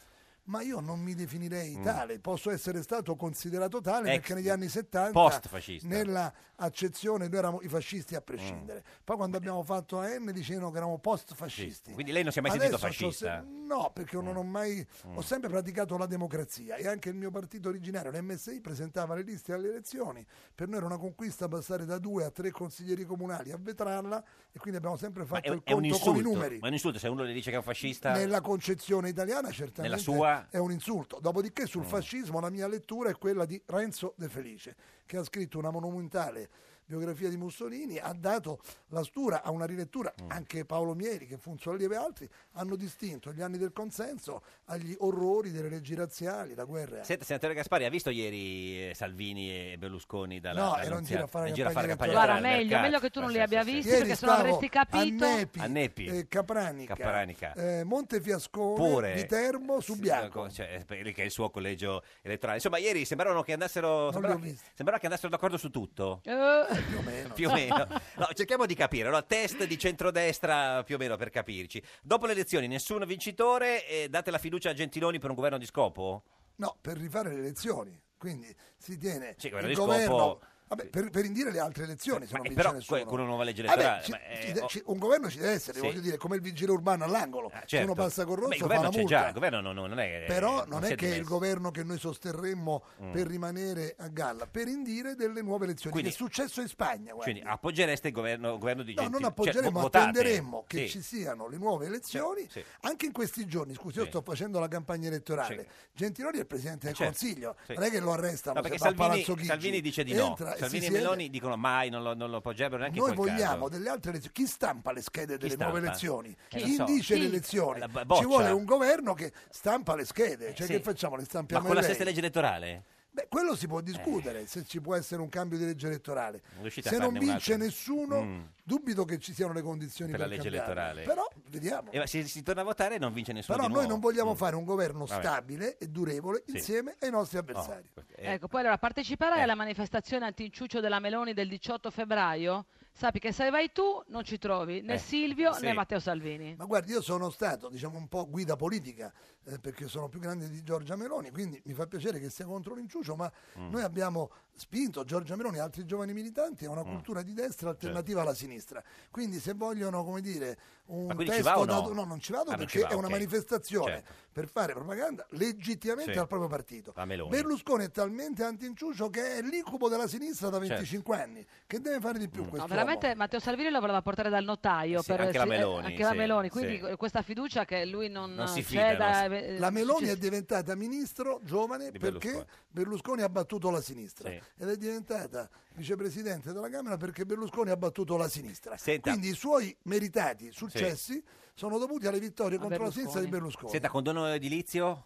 Speaker 6: Ma io non mi definirei tale, posso essere stato considerato tale
Speaker 2: Mm. Ex-
Speaker 6: perché negli anni 70
Speaker 2: post-fascista. Mm.
Speaker 6: nella accezione noi eravamo i fascisti a prescindere. Poi quando abbiamo fatto AN dicevano che eravamo post fascisti.
Speaker 2: Sì, quindi lei non si è mai sentito
Speaker 6: c'ho se-
Speaker 2: fascista? Mm.
Speaker 6: No, perché non ho mai ho sempre praticato la democrazia e anche il mio partito originario, l'MSI presentava le liste alle elezioni. Per noi era una conquista passare da due a tre consiglieri comunali a vetrarla e quindi abbiamo sempre
Speaker 2: Ma
Speaker 6: fatto
Speaker 2: è,
Speaker 6: il
Speaker 2: è un
Speaker 6: conto con
Speaker 2: insulto.
Speaker 6: i numeri.
Speaker 2: Ma è un insulto se uno le dice che è un fascista.
Speaker 6: Nella concezione italiana, certamente
Speaker 2: sua? Mm.
Speaker 6: è un insulto. Dopodiché, sul fascismo, la mia lettura è quella di Renzo De Felice, che ha scritto una monumentale biografia di Mussolini, ha dato la stura a una rilettura.
Speaker 2: Mm.
Speaker 6: Anche Paolo Mieri, che fu un suo allievo e altri, hanno distinto gli anni del consenso agli orrori delle leggi razziali, la guerra.
Speaker 2: Senta, senatore Gaspari, ha visto ieri eh, Salvini e Berlusconi dalla
Speaker 6: No,
Speaker 2: dalla
Speaker 6: ero in
Speaker 2: Nunziata?
Speaker 6: giro a fare
Speaker 2: in giro a fare
Speaker 6: campagna
Speaker 2: campagna elettorale al
Speaker 1: Guarda, meglio,
Speaker 2: mercato.
Speaker 1: meglio che tu non
Speaker 2: Sì,
Speaker 1: li
Speaker 2: sì,
Speaker 1: abbia
Speaker 2: sì,
Speaker 1: visti
Speaker 2: sì.
Speaker 1: perché se no avresti capito.
Speaker 6: A Nepi,
Speaker 2: A Nepi.
Speaker 6: eh, Capranica,
Speaker 2: Capranica.
Speaker 6: eh, Montefiascone,
Speaker 2: Pure
Speaker 6: Viterbo,
Speaker 2: Sì,
Speaker 6: Subiaco.
Speaker 2: cioè, eh, lì che è il suo collegio elettorale. Insomma, ieri sembravano che andassero,
Speaker 6: Non
Speaker 2: sembrava
Speaker 6: li ho
Speaker 2: che,
Speaker 6: visti.
Speaker 2: sembrava che andassero d'accordo su tutto.
Speaker 1: [LAUGHS] Eh,
Speaker 6: più o meno.
Speaker 2: Più o meno. No, cerchiamo di capire. Allora, test di centrodestra, più o meno per capirci. Dopo le elezioni, nessun vincitore. eh, date la fiducia a Gentiloni per un governo di scopo?
Speaker 6: No, per rifare le elezioni. Quindi si tiene
Speaker 2: Sì, quello
Speaker 6: il
Speaker 2: di scopo-
Speaker 6: governo. Vabbè, per, per indire le altre elezioni, se
Speaker 2: Ma-
Speaker 6: non
Speaker 2: eh,
Speaker 6: vince
Speaker 2: però
Speaker 6: nessuno.
Speaker 2: que- con una nuova legge
Speaker 6: Vabbè,
Speaker 2: elettorale,
Speaker 6: ci-
Speaker 2: ma, eh,
Speaker 6: ci-
Speaker 2: oh.
Speaker 6: ci- un governo ci deve essere,
Speaker 2: Sì.
Speaker 6: voglio dire, come il vigile urbano all'angolo.
Speaker 2: Ah,
Speaker 6: Se
Speaker 2: certo.
Speaker 6: uno passa col rosso
Speaker 2: Beh, il
Speaker 6: fa
Speaker 2: governo
Speaker 6: la
Speaker 2: c'è
Speaker 6: multa.
Speaker 2: già, il governo non, non è.
Speaker 6: Però non,
Speaker 2: si
Speaker 6: è che
Speaker 2: dimesso.
Speaker 6: il governo che noi sosterremmo per rimanere a galla, per indire delle nuove elezioni.
Speaker 2: Quindi-
Speaker 6: che è successo in Spagna. guardi.
Speaker 2: Quindi appoggereste il governo, governo di
Speaker 6: eh, No,
Speaker 2: Gentiloni?
Speaker 6: non appoggeremo,
Speaker 2: cioè, vo- votate.
Speaker 6: attenderemo che
Speaker 2: Sì.
Speaker 6: ci siano le nuove elezioni
Speaker 2: Sì, sì.
Speaker 6: anche in questi giorni. Scusi, io
Speaker 2: Sì.
Speaker 6: sto facendo la campagna elettorale.
Speaker 2: Sì.
Speaker 6: Gentiloni è il presidente del
Speaker 2: Certo,
Speaker 6: Consiglio,
Speaker 2: sì.
Speaker 6: non è che lo arrestano
Speaker 2: No,
Speaker 6: se
Speaker 2: perché
Speaker 6: va a
Speaker 2: Salvini-
Speaker 6: Palazzo Chigi.
Speaker 2: Salvini dice di no.
Speaker 6: Entra eh,
Speaker 2: Salvini
Speaker 6: si
Speaker 2: e
Speaker 6: siede.
Speaker 2: Meloni dicono mai, non lo, non lo appoggerebbero neanche
Speaker 6: Noi
Speaker 2: in quel
Speaker 6: vogliamo
Speaker 2: caso.
Speaker 6: delle altre elezioni. Chi stampa le schede delle
Speaker 2: stampa?
Speaker 6: nuove elezioni?
Speaker 2: Eh, lo
Speaker 6: Chi
Speaker 2: so.
Speaker 6: dice
Speaker 2: Sì.
Speaker 6: le elezioni?
Speaker 2: La b-
Speaker 6: Ci
Speaker 2: boccia.
Speaker 6: vuole un governo che stampa le schede. Cioè,
Speaker 2: sì.
Speaker 6: che facciamo? Le
Speaker 2: Ma
Speaker 6: stampiamo
Speaker 2: con la
Speaker 6: noi?
Speaker 2: stessa legge elettorale?
Speaker 6: Beh, quello si può discutere se ci può essere un cambio di legge elettorale.
Speaker 2: Eh. Non riuscite a
Speaker 6: Se non
Speaker 2: farne
Speaker 6: vince
Speaker 2: un'altra?
Speaker 6: nessuno,
Speaker 2: Mm.
Speaker 6: dubito che ci siano le condizioni
Speaker 2: Per
Speaker 6: per,
Speaker 2: la legge
Speaker 6: cambiarla.
Speaker 2: elettorale.
Speaker 6: Però vediamo.
Speaker 2: Eh, ma se si torna a votare e non vince nessuno
Speaker 6: Però
Speaker 2: di
Speaker 6: noi
Speaker 2: nuovo.
Speaker 6: non vogliamo
Speaker 2: Mm.
Speaker 6: fare un governo
Speaker 2: Vabbè.
Speaker 6: stabile e durevole
Speaker 2: Sì.
Speaker 6: insieme ai nostri
Speaker 2: No,
Speaker 6: avversari.
Speaker 2: eh,
Speaker 1: Ecco, poi allora parteciperai
Speaker 2: eh.
Speaker 1: alla manifestazione antinciuccio della Meloni del 18 febbraio? Sappi che se vai tu non ci trovi né
Speaker 2: Eh,
Speaker 1: Silvio
Speaker 2: sì.
Speaker 1: né Matteo Salvini.
Speaker 6: Ma guardi, io sono stato, diciamo, un po' guida politica, eh, perché sono più grande di Giorgia Meloni, quindi mi fa piacere che sia contro l'inciucio, ma
Speaker 2: Mm.
Speaker 6: noi abbiamo spinto Giorgia Meloni e altri giovani militanti a una
Speaker 2: Mm.
Speaker 6: cultura di destra
Speaker 2: Certo.
Speaker 6: alternativa alla sinistra. Quindi se vogliono, come dire, un
Speaker 2: Ma quindi ci
Speaker 6: testo
Speaker 2: va o no?
Speaker 6: dato... No, non ci vado
Speaker 2: Ah, non
Speaker 6: perché
Speaker 2: ci va,
Speaker 6: è una
Speaker 2: ok.
Speaker 6: manifestazione
Speaker 2: Certo.
Speaker 6: per fare propaganda legittimamente
Speaker 2: Sì.
Speaker 6: al proprio partito.
Speaker 2: La Meloni.
Speaker 6: Berlusconi è talmente anti-inciucio che è l'incubo della sinistra
Speaker 2: Certo.
Speaker 6: da 25 anni. Che deve fare di più
Speaker 2: Mm.
Speaker 1: No,
Speaker 6: questo
Speaker 1: veramente Matteo Salvini lo voleva portare dal notaio
Speaker 2: Sì,
Speaker 1: per
Speaker 2: anche la
Speaker 1: eh,
Speaker 2: Meloni,
Speaker 1: anche la
Speaker 2: sì,
Speaker 1: Meloni, quindi
Speaker 2: sì.
Speaker 1: questa fiducia che lui non,
Speaker 2: Non si
Speaker 1: eh,
Speaker 2: fida,
Speaker 1: c'è da-
Speaker 2: no,
Speaker 1: eh,
Speaker 6: La Meloni
Speaker 1: ci-
Speaker 6: è diventata ministro giovane
Speaker 2: Di
Speaker 6: perché
Speaker 2: Berlusconi.
Speaker 6: Berlusconi. ha battuto la sinistra
Speaker 2: Sì.
Speaker 6: ed è diventata vicepresidente della Camera perché Berlusconi ha battuto la sinistra.
Speaker 2: Senta.
Speaker 6: Quindi i suoi meritati successi sono dovuti alle vittorie
Speaker 1: A
Speaker 6: contro la
Speaker 1: Berlusconi.
Speaker 6: sinistra di Berlusconi.
Speaker 2: Senta, condono edilizio?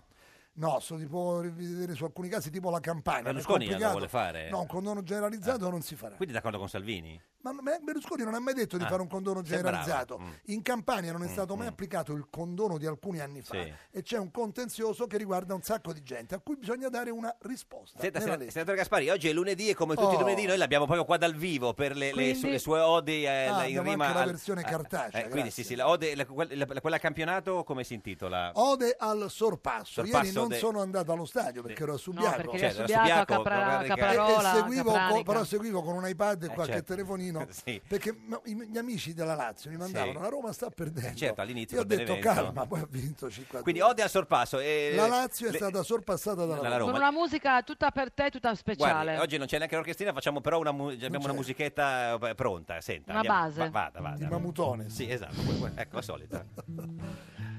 Speaker 6: No, so, si può rivedere su alcuni casi tipo la campagna. è
Speaker 2: Berlusconi lo
Speaker 6: complicato.
Speaker 2: vuole fare? Ah.
Speaker 6: No, un condono generalizzato non si farà.
Speaker 2: Quindi d'accordo con Salvini?
Speaker 6: Ma ma Berlusconi non ha mai detto di
Speaker 2: Ah,
Speaker 6: fare un condono
Speaker 2: sembrava.
Speaker 6: generalizzato.
Speaker 2: Mm.
Speaker 6: In Campania non è stato mai
Speaker 2: mm.
Speaker 6: applicato il condono di alcuni anni fa
Speaker 2: Sì.
Speaker 6: e c'è un contenzioso che riguarda un sacco di gente a cui bisogna dare una risposta.
Speaker 2: Senta,
Speaker 6: nella
Speaker 2: sena-
Speaker 6: legge.
Speaker 2: senatore Gaspari, oggi è lunedì e come tutti i
Speaker 6: Eh, Oh.
Speaker 2: lunedì noi l'abbiamo proprio qua dal vivo per le, le
Speaker 1: Quindi-
Speaker 2: su- le sue odi eh,
Speaker 6: Ah,
Speaker 2: la- in
Speaker 6: abbiamo
Speaker 2: rima
Speaker 6: anche la
Speaker 2: al-
Speaker 6: versione
Speaker 2: ah,
Speaker 6: cartacea,
Speaker 2: eh, quindi
Speaker 6: grazie.
Speaker 2: sì,
Speaker 6: Oh,
Speaker 2: sì, la ode, la- quella- la- quella campionato come si intitola?
Speaker 6: Ode al sorpasso. Ieri
Speaker 2: Sorpasso
Speaker 6: non
Speaker 2: de-
Speaker 6: sono andato allo stadio perché ero a
Speaker 1: No,
Speaker 6: Subiaco.
Speaker 1: perché
Speaker 2: Cioè,
Speaker 1: era
Speaker 2: era
Speaker 1: Subiaco,
Speaker 2: Subiaco,
Speaker 1: Capra-
Speaker 2: Capranica.
Speaker 6: E- e
Speaker 1: Caparola,
Speaker 6: seguivo co-
Speaker 1: Capranica.
Speaker 6: però seguivo con un iPad e
Speaker 2: Eh,
Speaker 6: qualche
Speaker 2: certo.
Speaker 6: telefonino
Speaker 2: [LAUGHS] Sì.
Speaker 6: perché ma- i- gli amici della Lazio mi mandavano la Roma sta perdendo
Speaker 2: Eh, certo, all'inizio
Speaker 6: io ho
Speaker 2: col
Speaker 6: detto
Speaker 2: Benevento.
Speaker 6: calma poi ha vinto 5
Speaker 2: Quindi ode al sorpasso. eh,
Speaker 6: la Lazio è
Speaker 2: le-
Speaker 6: stata sorpassata dalla
Speaker 2: dalla
Speaker 6: Roma.
Speaker 1: Con
Speaker 2: Roma.
Speaker 1: una musica tutta per te, tutta
Speaker 2: Guardi,
Speaker 1: speciale.
Speaker 2: oggi non c'è neanche l'orchestrina, facciamo però una, mu- abbiamo una
Speaker 6: c'è.
Speaker 2: musichetta eh, pronta. Senta,
Speaker 1: Una
Speaker 2: andiamo-
Speaker 1: base.
Speaker 2: va- vada, vada.
Speaker 6: di Mamutone
Speaker 2: Sì, esatto, que- que- ecco la solita.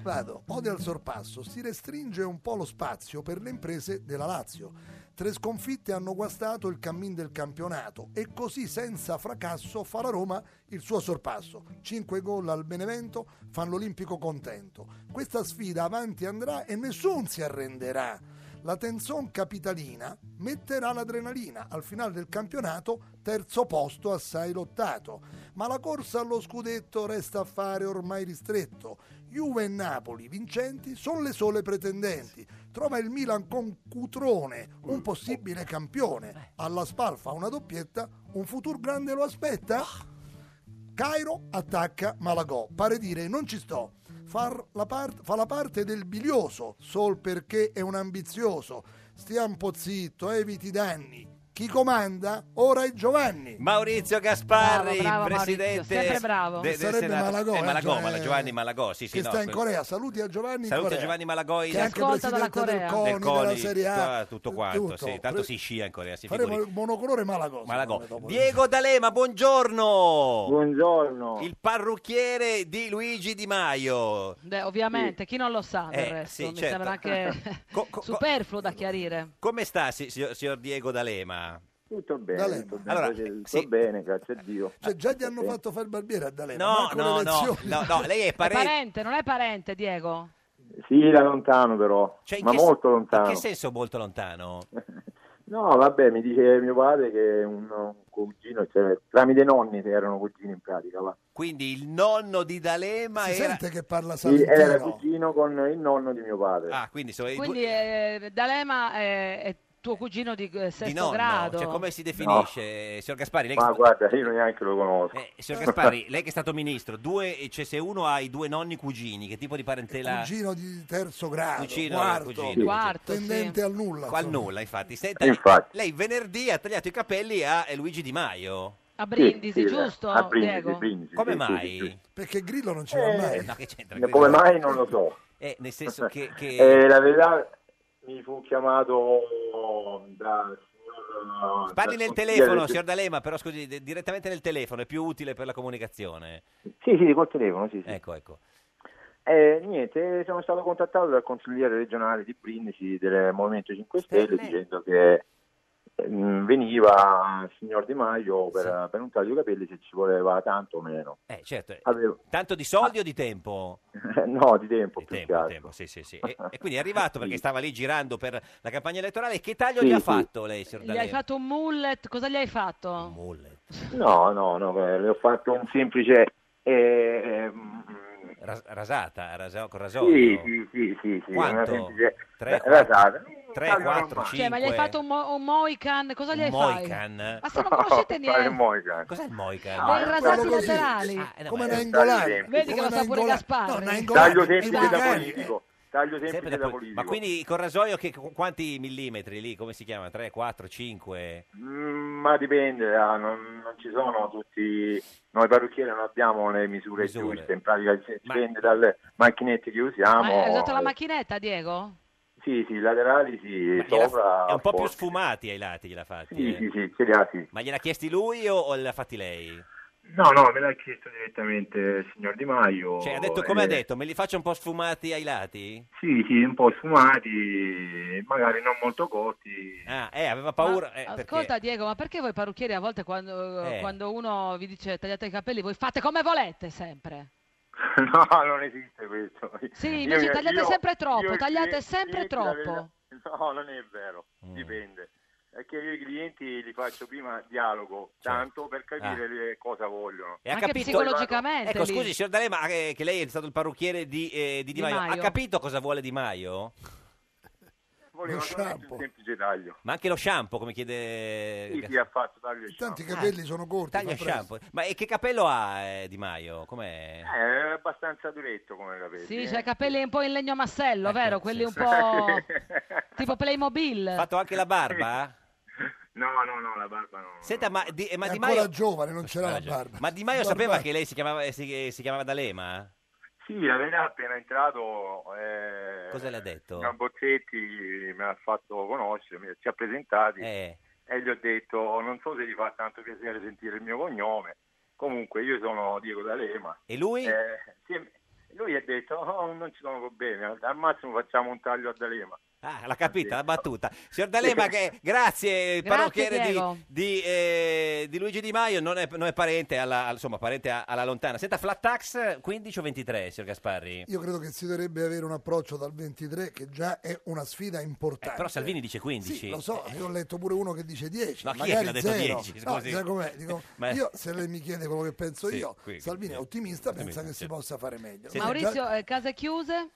Speaker 6: Vado, ode al sorpasso, si restringe un po' lo spazio per le imprese della Lazio. Tre sconfitte hanno guastato il cammin del campionato e così senza fracasso fa la Roma il suo sorpasso. Cinque gol al Benevento fanno l'Olimpico contento. Questa sfida avanti andrà e nessun si arrenderà. La tension capitalina metterà l'adrenalina al finale del campionato, terzo posto assai lottato. Ma la corsa allo scudetto resta a fare ormai ristretto. Juve e Napoli vincenti sono le sole pretendenti. Trova il Milan con Cutrone, un possibile campione. Alla spalfa una doppietta, un futuro grande lo aspetta? Cairo attacca Malagò. Pare dire non ci sto. Far la part- fa la parte del bilioso, sol perché è un ambizioso. Stia un po' zitto, eviti i danni. Chi comanda ora è Giovanni.
Speaker 2: Maurizio Gasparri,
Speaker 1: Bravo, bravo,
Speaker 2: presidente.
Speaker 1: Maurizio, sempre bravo.
Speaker 2: de- del
Speaker 6: Sarebbe
Speaker 2: Senato.
Speaker 6: Malagò,
Speaker 2: Eh,
Speaker 6: eh,
Speaker 2: Malagò,
Speaker 6: cioè,
Speaker 2: Mala- Giovanni Malagò, sì, sì,
Speaker 6: che
Speaker 2: no,
Speaker 6: sta in
Speaker 2: que-
Speaker 6: Corea. Saluti a Giovanni
Speaker 2: Saluti a
Speaker 6: Corea,
Speaker 2: Giovanni Malagò,
Speaker 6: che
Speaker 2: che
Speaker 6: è anche
Speaker 1: ascolta dalla
Speaker 6: presidente del
Speaker 1: Corea.
Speaker 6: CONI,
Speaker 2: del Coni,
Speaker 6: della Serie A.
Speaker 2: tutta- tutto quanto, sì, tanto
Speaker 6: Pre-
Speaker 2: si scia in Corea, si
Speaker 6: Faremo
Speaker 2: figuri.
Speaker 6: il monocolore Malagò. secondo me,
Speaker 2: Malagò.
Speaker 6: dopo.
Speaker 2: Diego D'Alema, buongiorno.
Speaker 7: Buongiorno.
Speaker 2: Il parrucchiere di Luigi Di Maio.
Speaker 1: Beh, ovviamente, chi non lo sa del
Speaker 2: Eh,
Speaker 1: resto,
Speaker 2: sì,
Speaker 1: mi
Speaker 2: certo.
Speaker 1: sembra anche
Speaker 2: [LAUGHS] Co- co-
Speaker 1: superfluo da chiarire.
Speaker 2: Come sta, si- signor, signor Diego D'Alema?
Speaker 7: Tutto bene,
Speaker 6: D'Alema.
Speaker 7: tutto bene,
Speaker 2: Allora,
Speaker 7: grazie- tutto
Speaker 2: sì.
Speaker 7: bene, grazie a Dio. Eh,
Speaker 6: Cioè, già gli hanno
Speaker 7: Tutto
Speaker 6: fatto fare il barbiere a D'Alema.
Speaker 2: No,
Speaker 6: manco le
Speaker 2: no, no,
Speaker 6: elezioni.
Speaker 2: no, no, lei è
Speaker 1: È
Speaker 2: parente.
Speaker 1: parente, non è parente, Diego?
Speaker 7: bene. eh, Sì, da lontano però,
Speaker 2: Cioè, in
Speaker 7: ma
Speaker 2: che se-
Speaker 7: molto lontano.
Speaker 2: In che senso molto
Speaker 7: [LAUGHS]
Speaker 2: lontano?
Speaker 7: No, vabbè, mi dice mio padre che è un, un cugino, cioè, tramite nonni che erano cugini in pratica, va.
Speaker 2: Quindi il nonno di D'Alema
Speaker 6: si
Speaker 2: era...
Speaker 6: sente che parla
Speaker 7: Sì, era
Speaker 6: Salentino.
Speaker 7: cugino con il nonno di mio padre.
Speaker 2: Ah, quindi, sono i due-
Speaker 1: Quindi eh, D'Alema è, è tuo cugino di eh,
Speaker 2: di
Speaker 1: sesto
Speaker 2: nonno.
Speaker 1: grado.
Speaker 2: Cioè, come si definisce, eh, signor Gaspari? Lei che-
Speaker 7: ma guarda, io neanche lo conosco.
Speaker 2: Eh, signor Gaspari, lei che è stato ministro, due, cioè, se uno ha i due nonni cugini, che tipo di parentela?
Speaker 6: Cugino di terzo grado,
Speaker 2: Cugino,
Speaker 6: quarto,
Speaker 2: cugino.
Speaker 1: Quarto,
Speaker 6: tendente al nulla.
Speaker 2: Qua al
Speaker 6: insomma.
Speaker 2: nulla, infatti. Senta,
Speaker 7: Infatti.
Speaker 2: Lei venerdì ha tagliato i capelli a Luigi Di Maio.
Speaker 1: A
Speaker 7: [LAUGHS] Sì,
Speaker 1: Brindisi,
Speaker 7: sì,
Speaker 1: giusto?
Speaker 7: A Brindisi,
Speaker 1: Diego?
Speaker 7: Brindisi,
Speaker 2: Come
Speaker 7: sì, sì,
Speaker 2: mai?
Speaker 7: sì,
Speaker 6: Perché Grillo non ci va mai.
Speaker 7: Eh,
Speaker 2: No, che c'entra?
Speaker 7: sì. Come mai non lo so.
Speaker 2: Eh, nel senso
Speaker 7: [LAUGHS]
Speaker 2: che... che-
Speaker 7: Eh, la verità mi fu chiamato da... signor-
Speaker 2: Parli nel
Speaker 7: dal consigliere
Speaker 2: telefono,
Speaker 7: del-
Speaker 2: signor D'Alema, però scusi, de- direttamente nel telefono, è più utile per la comunicazione.
Speaker 7: Sì, sì, col telefono, sì, sì.
Speaker 2: Ecco, ecco.
Speaker 7: Eh, niente, sono stato contattato dal consigliere regionale di Brindisi del Movimento 5 Stelle
Speaker 2: Stelle.
Speaker 7: dicendo che mm, veniva il signor Di Maio per, per un taglio di capelli se ci voleva tanto o meno.
Speaker 2: Eh, certo.
Speaker 7: Avevo-
Speaker 2: Tanto di soldi o di tempo?
Speaker 7: [LAUGHS] no, di tempo ah, più che altro.
Speaker 2: sì, sì,
Speaker 7: [LAUGHS]
Speaker 2: sì. E, e quindi è arrivato perché stava lì girando per la campagna elettorale. Che taglio
Speaker 7: Sì,
Speaker 2: gli ha
Speaker 7: sì.
Speaker 2: fatto lei, signor
Speaker 1: Gli hai
Speaker 2: D'Alema?
Speaker 1: fatto un mullet? Cosa gli hai fatto? Un
Speaker 2: mullet.
Speaker 7: [LAUGHS] No, no, no, eh, le ho fatto un semplice... eh, ehm,
Speaker 2: Ras- rasata, rasa- con rasoio?
Speaker 7: sì, sì, sì, sì, sì, una
Speaker 2: Quanto?
Speaker 7: semplice...
Speaker 2: Tre,
Speaker 7: eh, la
Speaker 2: quattro-
Speaker 7: sala.
Speaker 2: tre,
Speaker 7: taglio
Speaker 2: quattro,
Speaker 7: normale.
Speaker 1: Cioè, ma gli hai
Speaker 2: Cinque.
Speaker 1: fatto un, mo- un Moican? Cosa gli hai fatto?
Speaker 2: Moican?
Speaker 1: Ma se non
Speaker 7: [LAUGHS]
Speaker 1: conoscete
Speaker 7: No, fare il
Speaker 1: niente,
Speaker 7: Moican.
Speaker 2: Cos'è il Moican?
Speaker 7: Ah,
Speaker 1: dei
Speaker 7: quello
Speaker 1: rasati
Speaker 6: così. Ah, eh,
Speaker 1: laterali.
Speaker 6: come
Speaker 2: Ah, eh, ma-
Speaker 6: una
Speaker 7: Dai,
Speaker 6: ingolare.
Speaker 1: Vedi che
Speaker 6: Come
Speaker 1: lo
Speaker 6: una
Speaker 1: sa pure eh.
Speaker 6: ingolare.
Speaker 1: Gasparri.
Speaker 6: No, una ingolare.
Speaker 7: Taglio semplice da
Speaker 6: Ingolare.
Speaker 7: politico. Taglio semplice
Speaker 2: Esatto, Sempre da
Speaker 7: da
Speaker 2: poli-
Speaker 7: politico.
Speaker 2: ma quindi con rasoio che, con quanti millimetri lì? Come si chiama? 3, 4, 5?
Speaker 7: Mm, Ma dipende, ah, non, non ci sono tutti, noi parrucchieri non abbiamo le misure,
Speaker 2: Misure.
Speaker 7: giuste, in pratica ci-
Speaker 2: Ma-
Speaker 7: dipende dalle macchinette che
Speaker 1: Ma
Speaker 7: usiamo.
Speaker 1: hai usato la macchinetta, Diego?
Speaker 7: Sì, sì, i laterali sì, sopra.
Speaker 2: è un po' più
Speaker 7: forse.
Speaker 2: sfumati ai lati gliel'ha fatti.
Speaker 7: Sì,
Speaker 2: eh.
Speaker 7: sì, sì, ce li ha, sì.
Speaker 2: Ma gliel'ha chiesti lui o, o l'ha fatti lei?
Speaker 7: No, no, me l'ha chiesto direttamente il signor Di Maio.
Speaker 2: Cioè, ha detto come
Speaker 7: eh,
Speaker 2: ha detto, me li faccio un po' sfumati ai lati?
Speaker 7: Sì, sì, un po' sfumati, magari non molto corti.
Speaker 2: Ah, eh, aveva paura.
Speaker 1: Ma-
Speaker 2: eh, perché-
Speaker 1: ascolta, Diego, ma perché voi parrucchieri a volte quando,
Speaker 2: Eh.
Speaker 1: quando uno vi dice tagliate i capelli, voi fate come volete sempre?
Speaker 7: [LAUGHS] No, non esiste questo.
Speaker 1: Sì, invece tagliate sempre troppo, tagliate sempre
Speaker 7: clienti, la verità-
Speaker 1: troppo.
Speaker 7: no, non è vero,
Speaker 6: Mm.
Speaker 7: dipende. È che io i clienti li faccio prima dialogo,
Speaker 6: Certo.
Speaker 7: tanto per
Speaker 6: Ah.
Speaker 7: capire le- cosa vogliono.
Speaker 2: E ha
Speaker 1: Anche
Speaker 2: capito-
Speaker 1: psicologicamente.
Speaker 2: Ecco,
Speaker 1: lì.
Speaker 2: scusi, signor D'Alema, eh, che lei è stato il parrucchiere di, eh, di Di
Speaker 1: Di
Speaker 2: Maio. Ha
Speaker 1: Maio.
Speaker 2: capito cosa vuole Di Maio?
Speaker 7: Volevo
Speaker 6: Lo
Speaker 7: solamente
Speaker 6: shampoo. Eh,
Speaker 7: un semplice taglio.
Speaker 2: Ma anche lo shampoo, come chiede...
Speaker 7: Sì, sì, ha fatto taglio e
Speaker 6: Tanti
Speaker 7: shampoo.
Speaker 6: capelli sono corti.
Speaker 2: Ah.
Speaker 6: fa
Speaker 2: Taglio e
Speaker 6: presto.
Speaker 2: shampoo. Ma eh, che capello ha eh, Di Maio? Com'è?
Speaker 7: Eh, È abbastanza duretto come capelli.
Speaker 1: Sì,
Speaker 7: eh.
Speaker 1: c'ha i capelli un po' in legno massello,
Speaker 2: Ecco,
Speaker 1: vero?
Speaker 2: sì,
Speaker 1: Quelli un
Speaker 7: [LAUGHS]
Speaker 2: sì. [LAUGHS]
Speaker 1: po' tipo Playmobil.
Speaker 7: Eh,
Speaker 2: Ha fatto anche la barba?
Speaker 7: No, no, no, la barba no. no.
Speaker 2: Senta, ma Di, eh, ma
Speaker 6: È
Speaker 2: Di
Speaker 6: ancora
Speaker 2: Maio...
Speaker 6: giovane, non ce l'ha la
Speaker 2: ragione.
Speaker 6: barba.
Speaker 2: Ma Di Maio
Speaker 6: Barba-
Speaker 2: sapeva che lei si chiamava, eh, si, eh, si chiamava D'Alema?
Speaker 7: Sì, la verità appena entrato... Eh,
Speaker 2: Cosa le ha detto?
Speaker 7: Gambozzetti me l'ha fatto conoscere, mi- ci ha presentati.
Speaker 2: Eh,
Speaker 7: e gli ho detto non so se gli fa tanto piacere sentire il mio cognome comunque io sono Diego D'Alema
Speaker 2: e lui?
Speaker 7: Eh, sì, lui ha detto "Oh, non ci sono problemi al, al massimo facciamo un taglio a D'Alema
Speaker 2: Ah, l'ha capita la battuta. Signor D'Alema, che- grazie, il
Speaker 1: Grazie,
Speaker 2: parrucchiere
Speaker 1: Diego.
Speaker 2: di, di, eh, di Luigi Di Maio, non è, non è parente, alla, al- insomma, parente a- alla lontana. Senta, flat tax 15 o 23, signor Gasparri?
Speaker 6: Io credo che si dovrebbe avere un approccio dal 23 che già è una sfida importante.
Speaker 2: Eh, però Salvini dice 15.
Speaker 6: Sì, lo so, io ho letto pure uno che dice 10,
Speaker 2: Ma chi è che
Speaker 6: magari
Speaker 2: l'ha detto
Speaker 6: zero.
Speaker 2: 10,
Speaker 6: No,
Speaker 2: scusi?
Speaker 6: sai com'è? Dico,
Speaker 2: [LAUGHS] Ma-
Speaker 6: Io se lei mi chiede quello che penso
Speaker 2: Sì,
Speaker 6: io,
Speaker 2: qui-
Speaker 6: Salvini è
Speaker 2: qui-
Speaker 6: ottimista, pensa
Speaker 2: ottimista,
Speaker 6: che si
Speaker 2: certo.
Speaker 6: possa fare meglio.
Speaker 2: Sì.
Speaker 6: Noi
Speaker 1: Maurizio,
Speaker 6: già-
Speaker 1: eh, case chiuse?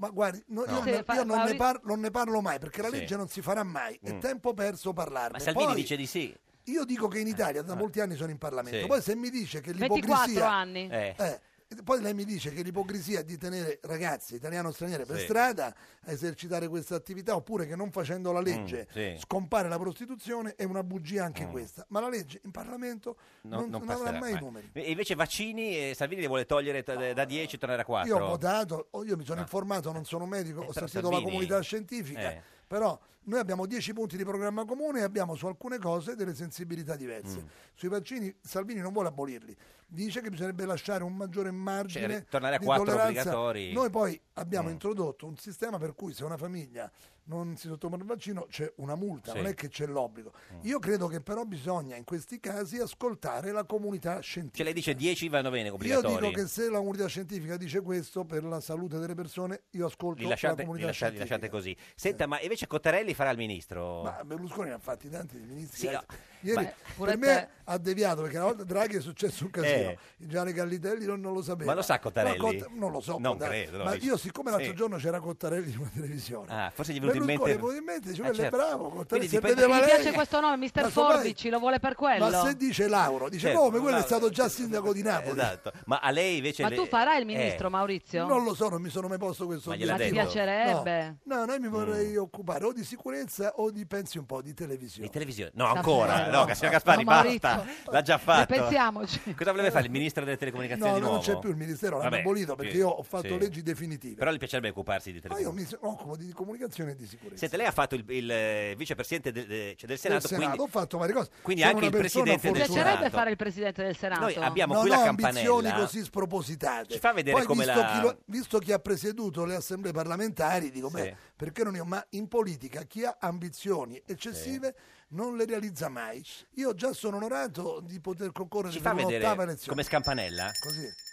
Speaker 6: ma guardi, no, io,
Speaker 2: No.
Speaker 6: ne-
Speaker 1: Sì, fa-
Speaker 6: io non,
Speaker 1: Mauri-
Speaker 6: ne par- non ne parlo mai perché la
Speaker 2: Sì. Mm.
Speaker 6: legge non si farà mai, è tempo perso parlarne.
Speaker 2: Ma Salvini
Speaker 6: Poi-
Speaker 2: dice di sì. Eh,
Speaker 6: Io dico che in Italia da molti anni sono in Parlamento,
Speaker 2: Sì.
Speaker 6: poi se mi dice che
Speaker 1: 24
Speaker 6: l'ipocrisia
Speaker 1: anni.
Speaker 2: Eh.
Speaker 6: Eh, e poi lei mi dice che l'ipocrisia di tenere ragazzi italiano straniere per
Speaker 2: Sì.
Speaker 6: strada a esercitare questa attività oppure che non facendo la legge
Speaker 2: Mm, sì. Mm.
Speaker 6: scompare la prostituzione è una bugia anche questa. Ma la legge in Parlamento
Speaker 2: No,
Speaker 6: non,
Speaker 2: non
Speaker 6: non avrà
Speaker 2: passerà
Speaker 6: mai i
Speaker 2: mai.
Speaker 6: numeri.
Speaker 2: E invece vaccini, eh, Salvini li vuole togliere t- da 10 e tornare a 4.
Speaker 6: Io ho votato, oh, io mi sono informato, non sono medico,
Speaker 2: Ah. Eh,
Speaker 6: ho
Speaker 2: però
Speaker 6: sentito la
Speaker 2: Salvini-
Speaker 6: comunità scientifica,
Speaker 2: Eh.
Speaker 6: però noi abbiamo 10 punti di programma comune e abbiamo su alcune cose delle sensibilità
Speaker 2: Mm.
Speaker 6: diverse. Sui vaccini Salvini non vuole abolirli, dice che bisognerebbe lasciare un maggiore margine
Speaker 2: Cioè, tornare a
Speaker 6: di
Speaker 2: quattro
Speaker 6: tolleranza.
Speaker 2: obbligatori. Mm.
Speaker 6: Noi poi abbiamo introdotto un sistema per cui se una famiglia non si sottopone al vaccino c'è una multa,
Speaker 2: Sì. Mm.
Speaker 6: non è che c'è l'obbligo. Io credo che però bisogna in questi casi ascoltare la comunità scientifica.
Speaker 2: Cioè lei dice 10 vanno bene
Speaker 6: Io
Speaker 2: obbligatori.
Speaker 6: dico che se la comunità scientifica dice questo per la salute delle persone, io ascolto
Speaker 2: Li lasciate,
Speaker 6: la
Speaker 2: li
Speaker 6: comunità
Speaker 2: lasciate- li
Speaker 6: scientifica. Eh.
Speaker 2: lasciate così. Senta, ma invece Cottarelli farà il ministro?
Speaker 6: Ma Berlusconi ne ha fatti tanti di ministri.
Speaker 2: Sì, ah,
Speaker 6: eh.
Speaker 2: no.
Speaker 6: Ieri
Speaker 1: Beh, pure
Speaker 6: per
Speaker 1: te.
Speaker 6: me ha deviato perché una volta a Draghi è successo un casino.
Speaker 2: Eh.
Speaker 6: Gianni Gallitelli non, non lo sapeva.
Speaker 2: Ma lo sa Cottarelli?
Speaker 6: Ma Cott- non lo so.
Speaker 2: Non
Speaker 6: Cottarelli.
Speaker 2: credo, no,
Speaker 6: Ma
Speaker 2: dice-
Speaker 6: io, siccome l'altro
Speaker 2: Sì.
Speaker 6: giorno c'era Cottarelli in una televisione,
Speaker 2: Ah, forse gli è venuto in
Speaker 6: Berlusconi
Speaker 2: mente-
Speaker 6: è venuto in mente, dice
Speaker 2: Ah,
Speaker 6: quello
Speaker 2: certo.
Speaker 6: è bravo.
Speaker 2: Quindi
Speaker 6: Cottarelli, se
Speaker 2: dipende-
Speaker 6: vedeva
Speaker 1: Mi
Speaker 6: lei-
Speaker 1: piace questo nome, Mr.
Speaker 6: Ma se
Speaker 1: Forbici,
Speaker 6: vai-
Speaker 1: lo vuole per quello.
Speaker 6: Ma se dice Lauro, dice "Oh,
Speaker 2: Certo,
Speaker 6: come quello
Speaker 2: no,
Speaker 6: è stato già
Speaker 2: certo.
Speaker 6: sindaco di Napoli.
Speaker 2: Esatto. Ma a lei invece
Speaker 1: Ma
Speaker 2: le-
Speaker 1: tu farai il ministro,
Speaker 2: eh.
Speaker 1: Maurizio?
Speaker 6: Non lo so, non mi sono mai posto questo
Speaker 2: Ma gliel'ha
Speaker 1: Ma ti
Speaker 6: obiettivo.
Speaker 2: detto? Mm.
Speaker 1: piacerebbe?
Speaker 6: No, no, noi mi vorrei occupare o di sicurezza o di, pensi un po', di televisione.
Speaker 2: Di televisione? No,
Speaker 1: Sta
Speaker 2: ancora.
Speaker 1: bene.
Speaker 2: No, signor Gasparri,
Speaker 1: No, Maurizio.
Speaker 2: basta. L'ha già fatto.
Speaker 1: Ripensiamoci.
Speaker 2: Cosa voleva fare il ministro
Speaker 6: Eh,
Speaker 2: delle
Speaker 6: no,
Speaker 2: telecomunicazioni
Speaker 6: no,
Speaker 2: di nuovo?
Speaker 6: non c'è più il ministero, l'hanno
Speaker 2: Vabbè,
Speaker 6: abolito perché
Speaker 2: sì,
Speaker 6: io ho fatto
Speaker 2: sì.
Speaker 6: leggi definitive.
Speaker 2: Però le piacerebbe occuparsi di
Speaker 6: Ma io
Speaker 2: telecomunicazioni.
Speaker 6: mi occupo di comunicazione e di sicurezza.
Speaker 2: Senta, lei ha fatto il, il, eh, vicepresidente del, de- cioè del Senato,
Speaker 6: Del Senato,
Speaker 2: quindi
Speaker 6: ho fatto varie cose.
Speaker 2: quindi
Speaker 6: Sono
Speaker 2: anche
Speaker 6: una
Speaker 2: il
Speaker 6: persona
Speaker 2: presidente
Speaker 1: Ti
Speaker 2: del
Speaker 6: fortunata.
Speaker 1: piacerebbe
Speaker 2: Senato.
Speaker 1: fare il presidente del Senato?
Speaker 2: Esatto. Noi abbiamo
Speaker 6: non
Speaker 2: qui
Speaker 6: ho
Speaker 2: la
Speaker 6: ambizioni
Speaker 2: campanella.
Speaker 6: così spropositate.
Speaker 2: Ci fa vedere
Speaker 6: Poi,
Speaker 2: come
Speaker 6: visto,
Speaker 2: la-
Speaker 6: chi lo- visto chi ha presieduto le assemblee parlamentari, dico,
Speaker 2: Sì.
Speaker 6: beh, perché non io? Ma politica chi ha ambizioni eccessive non le realizza mai. Io già sono onorato di poter concorrere
Speaker 2: Ci
Speaker 6: per
Speaker 2: fa
Speaker 6: un'ottava
Speaker 2: vedere
Speaker 6: elezione.
Speaker 2: come scampanella?
Speaker 6: Così.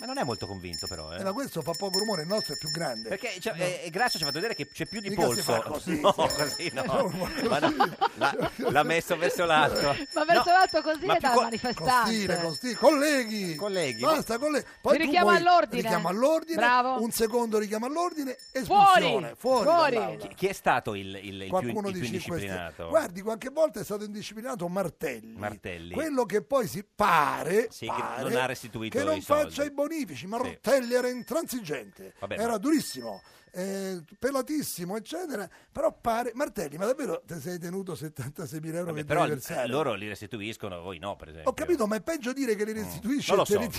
Speaker 2: Ma non è molto convinto però, eh.
Speaker 6: Eh, ma questo fa poco rumore, il nostro è più grande.
Speaker 2: Perché cioè,
Speaker 6: No.
Speaker 2: eh, Grasso ci ha fatto vedere che c'è più di
Speaker 6: Mica si
Speaker 2: polso.
Speaker 6: fa così,
Speaker 2: [LAUGHS] no,
Speaker 6: sì.
Speaker 2: così
Speaker 6: [LAUGHS]
Speaker 2: no.
Speaker 6: No, ma così.
Speaker 2: Ma no, l'ha, l'ha messo verso l'alto.
Speaker 1: Ma verso
Speaker 2: No,
Speaker 1: l'alto così
Speaker 2: ma
Speaker 1: è
Speaker 2: più
Speaker 1: da
Speaker 2: co-
Speaker 1: manifestante.
Speaker 6: Costire, costire, colleghi,
Speaker 2: Colleghi.
Speaker 6: basta colleghi. Poi
Speaker 1: Mi
Speaker 6: tu
Speaker 1: richiamo
Speaker 6: puoi-
Speaker 1: all'ordine.
Speaker 6: richiamo all'ordine,
Speaker 1: Bravo.
Speaker 6: un secondo richiamo all'ordine,
Speaker 1: Fuori,
Speaker 6: espulsione, fuori,
Speaker 1: fuori.
Speaker 6: dall'aula.
Speaker 2: chi, chi è stato il, il- il più, il
Speaker 6: Qualcuno
Speaker 2: più
Speaker 6: di cinque
Speaker 2: indisciplinato?
Speaker 6: stelle. Guardi, qualche volta è stato indisciplinato Martelli.
Speaker 2: Martelli.
Speaker 6: Quello che poi si pare,
Speaker 2: Sì, che
Speaker 6: pare
Speaker 2: non ha restituito
Speaker 6: che non
Speaker 2: i soldi.
Speaker 6: faccia i bonifici. Martelli era intransigente,
Speaker 2: Vabbè,
Speaker 6: era
Speaker 2: ma-
Speaker 6: durissimo, eh, pelatissimo, eccetera. Però pare, Martelli, ma davvero te sei tenuto 76.000 euro
Speaker 2: Vabbè,
Speaker 6: che
Speaker 2: però
Speaker 6: devi versare?
Speaker 2: eh, loro li restituiscono, voi no, per esempio.
Speaker 6: Ho capito, ma è peggio dire che li restituisci
Speaker 2: Non lo
Speaker 6: e te li
Speaker 2: so. Mm.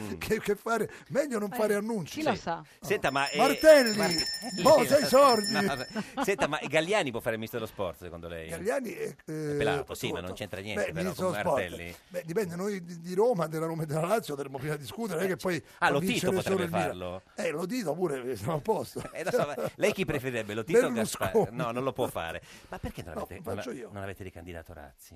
Speaker 6: tieni che, che fare. Meglio non fare annunci.
Speaker 1: Chi lo sa?
Speaker 2: Senta, ma eh,
Speaker 6: Martelli, oh, sei sordi.
Speaker 2: No, senta, ma Galliani può fare il ministro dello sport secondo lei?
Speaker 6: Galliani è, eh,
Speaker 2: pelato, sì,
Speaker 6: ascolta.
Speaker 2: ma non c'entra niente, però,
Speaker 6: ministro
Speaker 2: con
Speaker 6: dello sport.
Speaker 2: Martelli.
Speaker 6: Beh, dipende, noi di, di Roma, della Roma e della Lazio dovremmo prima discutere, non è che poi
Speaker 2: Ah,
Speaker 6: può
Speaker 2: lo Tito
Speaker 6: vincere solo
Speaker 2: potrebbe
Speaker 6: il Milan.
Speaker 2: farlo?
Speaker 6: Eh, lo Tito pure, [LAUGHS] siamo a posto.
Speaker 2: Eh, lo so, ma
Speaker 6: [LAUGHS]
Speaker 2: lei chi preferirebbe? Lo Tito o
Speaker 6: Berlusconi.
Speaker 2: Gasparri? No, non lo può fare. Ma perché non
Speaker 6: No,
Speaker 2: avete, non,
Speaker 6: faccio
Speaker 2: a-
Speaker 6: io.
Speaker 2: non avete ricandidato Razzi?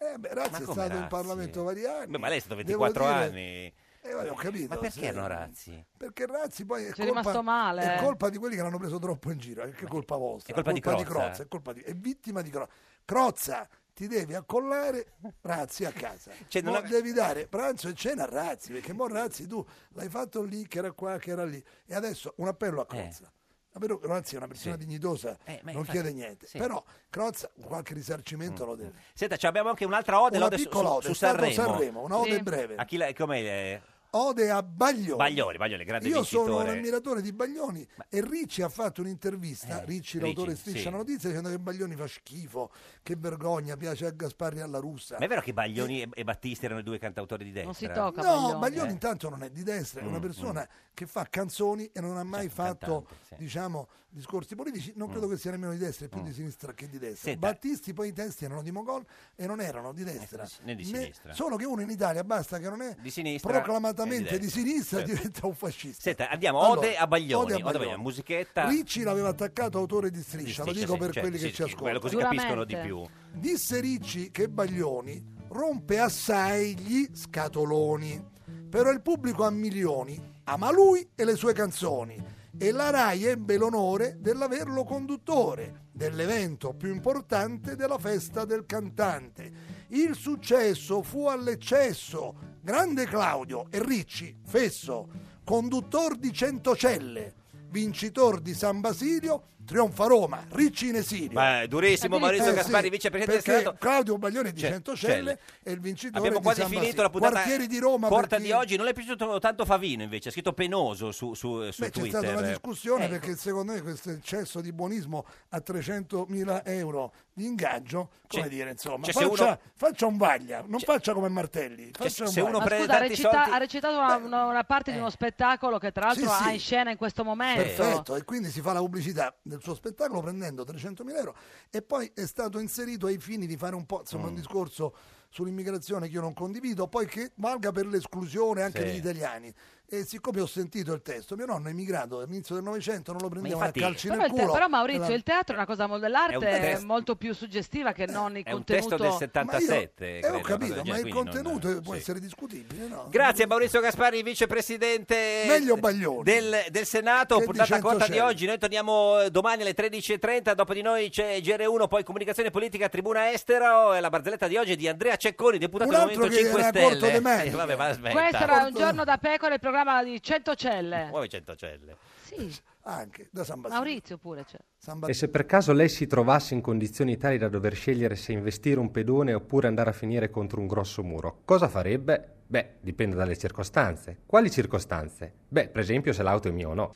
Speaker 6: Eh, beh,
Speaker 2: Ma
Speaker 6: Razzi è
Speaker 2: come
Speaker 6: stato in
Speaker 2: Razzi?
Speaker 6: Parlamento vari anni.
Speaker 2: Beh, ma lei è stato
Speaker 6: Devo
Speaker 2: 24
Speaker 6: dire-
Speaker 2: anni.
Speaker 6: Eh, vabbè, ho capito.
Speaker 2: Ma perché
Speaker 6: sì.
Speaker 2: erano Razzi?
Speaker 6: Perché Razzi poi è
Speaker 1: Ci è
Speaker 6: colpa,
Speaker 1: rimasto male,
Speaker 6: è
Speaker 1: eh.
Speaker 6: colpa di quelli che l'hanno preso troppo in giro. È che colpa vostra.
Speaker 2: è colpa di Crozza?
Speaker 6: è, colpa di- è vittima di Crozza. Crozza, ti devi accollare Razzi a casa.
Speaker 2: [LAUGHS] Cioè, non
Speaker 6: Mo'
Speaker 2: ave-
Speaker 6: Devi dare pranzo e cena a Razzi, perché mo Razzi tu l'hai fatto lì, che era qua, che era lì. E adesso un appello a Crozza. Davvero Crozza è una persona
Speaker 2: Eh. Sì.
Speaker 6: dignitosa,
Speaker 2: Eh, ma
Speaker 6: non
Speaker 2: infatti-
Speaker 6: chiede niente.
Speaker 2: sì. Mm,
Speaker 6: Però Crozza qualche risarcimento lo deve.
Speaker 2: Senta, ci abbiamo anche un'altra ode,
Speaker 6: Una
Speaker 2: l'ode su,
Speaker 6: piccola
Speaker 2: su-
Speaker 6: ode,
Speaker 2: su
Speaker 6: è stato
Speaker 2: Sanremo.
Speaker 6: Sanremo, una ode
Speaker 1: Sì.
Speaker 6: breve.
Speaker 2: A chi la, com'è, eh?
Speaker 6: Ode a Baglioni.
Speaker 2: Baglioni, Baglioni, grande
Speaker 6: Io
Speaker 2: vincitore.
Speaker 6: sono un ammiratore di Baglioni e Ricci ha fatto un'intervista,
Speaker 2: Eh,
Speaker 6: Ricci l'autore
Speaker 2: Ricci,
Speaker 6: striscia
Speaker 2: sì.
Speaker 6: la notizia dicendo che Baglioni fa schifo, che vergogna, piace a Gasparri e alla russa.
Speaker 2: Ma è vero che Baglioni e, e Battisti erano i due cantautori di destra?
Speaker 1: Non si tocca.
Speaker 6: No,
Speaker 1: Baglioni.
Speaker 6: Baglioni
Speaker 2: Eh.
Speaker 6: intanto non è di destra, è
Speaker 2: Mm,
Speaker 6: una persona che fa canzoni e non ha mai
Speaker 2: un
Speaker 6: fatto
Speaker 2: Certo, cantante, sì. Mm.
Speaker 6: diciamo, discorsi politici, non credo che sia nemmeno di destra, è più di sinistra che di destra.
Speaker 2: Senta.
Speaker 6: Battisti poi i testi erano di Mogol e non erano di destra.
Speaker 2: né di sinistra.
Speaker 6: Solo che uno in Italia basta che non è
Speaker 2: Di sinistra
Speaker 6: proclamatamente
Speaker 2: e
Speaker 6: di
Speaker 2: di destra.
Speaker 6: sinistra
Speaker 2: Certo.
Speaker 6: diventa un fascista.
Speaker 2: Senta, andiamo, ode a Baglioni, ode a Baglioni, musichetta.
Speaker 6: Ricci l'aveva attaccato autore di
Speaker 2: Di
Speaker 6: striscia,
Speaker 2: striscia,
Speaker 6: lo Diciamo, dico
Speaker 2: sì,
Speaker 6: per
Speaker 2: cioè,
Speaker 6: quelli
Speaker 2: sì,
Speaker 6: che ci
Speaker 2: sì, quello
Speaker 6: ascoltano.
Speaker 2: Così capiscono di più.
Speaker 1: Sicuramente.
Speaker 6: Disse Ricci che Baglioni rompe assai gli scatoloni, però il pubblico a milioni ama lui e le sue canzoni e la RAI ebbe l'onore dell'averlo conduttore dell'evento più importante della festa del cantante. Il successo fu all'eccesso, grande Claudio e Ricci, fesso, conduttor di Centocelle, vincitor di San Basilio, trionfa Roma, Ricci in esilio.
Speaker 2: Ma è durissimo,
Speaker 1: Eh,
Speaker 2: Maurizio
Speaker 6: Eh,
Speaker 2: Gasparri,
Speaker 6: sì,
Speaker 2: vicepresidente
Speaker 6: perché
Speaker 2: del Senato.
Speaker 6: Claudio Baglione di
Speaker 2: Cioè,
Speaker 6: Centocelle
Speaker 2: Celle.
Speaker 6: e il vincitore
Speaker 2: Abbiamo
Speaker 6: di
Speaker 2: quasi
Speaker 6: San
Speaker 2: finito
Speaker 6: Basilio.
Speaker 2: la puntata.
Speaker 6: Quartieri di Roma
Speaker 2: Corta
Speaker 6: per chi-
Speaker 2: di oggi, non le è piaciuto tanto Favino invece, ha scritto penoso su, su, su
Speaker 6: Beh, c'è
Speaker 2: Twitter.
Speaker 6: stata una discussione
Speaker 2: Eh,
Speaker 6: perché secondo me questo eccesso di buonismo a 300.000 euro di ingaggio, come
Speaker 2: Cioè,
Speaker 6: dire, insomma,
Speaker 2: cioè, se
Speaker 6: faccia,
Speaker 2: uno-
Speaker 6: faccia un vaglia, non faccia come Martelli.
Speaker 2: cioè,
Speaker 6: faccia un
Speaker 2: se uno
Speaker 6: vaglia.
Speaker 1: Ma
Speaker 2: prende
Speaker 1: scusa, ha,
Speaker 2: tanti
Speaker 1: recita-
Speaker 2: soldi- Eh.
Speaker 1: ha recitato una, una- una parte di uno spettacolo che tra l'altro
Speaker 6: Sì, sì.
Speaker 1: ha in scena in questo momento.
Speaker 6: Perfetto, e quindi si fa la pubblicità del suo spettacolo prendendo 300.000 euro e poi è stato inserito ai fini di fare un po' insomma,
Speaker 2: Mm.
Speaker 6: un discorso sull'immigrazione che io non condivido, poi che valga per l'esclusione anche
Speaker 2: Sì.
Speaker 6: degli italiani. E siccome ho sentito il testo, mio nonno è immigrato all'inizio del Novecento, non lo prendevano
Speaker 2: infatti-
Speaker 6: a calci
Speaker 1: Però,
Speaker 6: nel
Speaker 1: il te-
Speaker 6: culo. Eh,
Speaker 1: però, Maurizio,
Speaker 6: Era-
Speaker 1: il teatro è una cosa mo-
Speaker 2: È un
Speaker 1: dell'arte
Speaker 2: test- Eh,
Speaker 1: molto più suggestiva che non il
Speaker 2: È un
Speaker 1: contenuto.
Speaker 2: testo del 77.
Speaker 6: Ma io- eh, ho
Speaker 2: credo, una cosa del
Speaker 6: capito, ma
Speaker 2: genere,
Speaker 6: il
Speaker 2: quindi non-
Speaker 6: contenuto può
Speaker 2: sì.
Speaker 6: essere discutibile, no?
Speaker 2: Grazie Maurizio Gasparri, vicepresidente
Speaker 6: Meglio Baglioni.
Speaker 2: del, del Senato,
Speaker 6: Che
Speaker 2: puntata
Speaker 6: di
Speaker 2: corta di
Speaker 6: Centocelle.
Speaker 2: oggi. Noi torniamo eh, domani alle 13.30, dopo di noi c'è GR1, poi Comunicazione Politica, Tribuna Estero e la barzelletta di oggi è di Andrea Cecconi, deputato
Speaker 6: Un
Speaker 2: del
Speaker 6: altro
Speaker 2: Movimento
Speaker 6: che
Speaker 2: 5
Speaker 6: era corto
Speaker 2: Stelle.
Speaker 6: de maniche.
Speaker 2: Eh, vabbè, ma aspetta.
Speaker 1: Questo era un
Speaker 6: Porto-
Speaker 1: giorno da pecora, il programma di Centocelle.
Speaker 2: Muovi Centocelle.
Speaker 1: Sì,
Speaker 6: Anche da San Basilio.
Speaker 1: Maurizio pure cioè. c'è.
Speaker 6: San
Speaker 8: E
Speaker 6: Basilio.
Speaker 8: se per caso lei si trovasse in condizioni tali da dover scegliere se investire un pedone oppure andare a finire contro un grosso muro, cosa farebbe? Beh, dipende dalle circostanze. Quali circostanze? Beh, per esempio se l'auto è mia o no.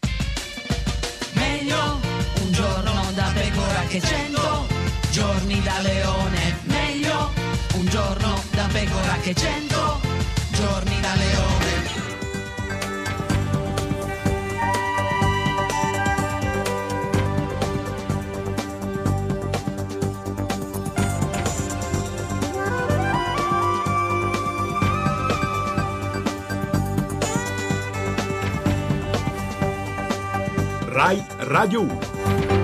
Speaker 9: Meglio un giorno da pecora che cento giorni da leone. Meglio un giorno da pecora che cento giorni da leone.
Speaker 10: Rai Radio 1.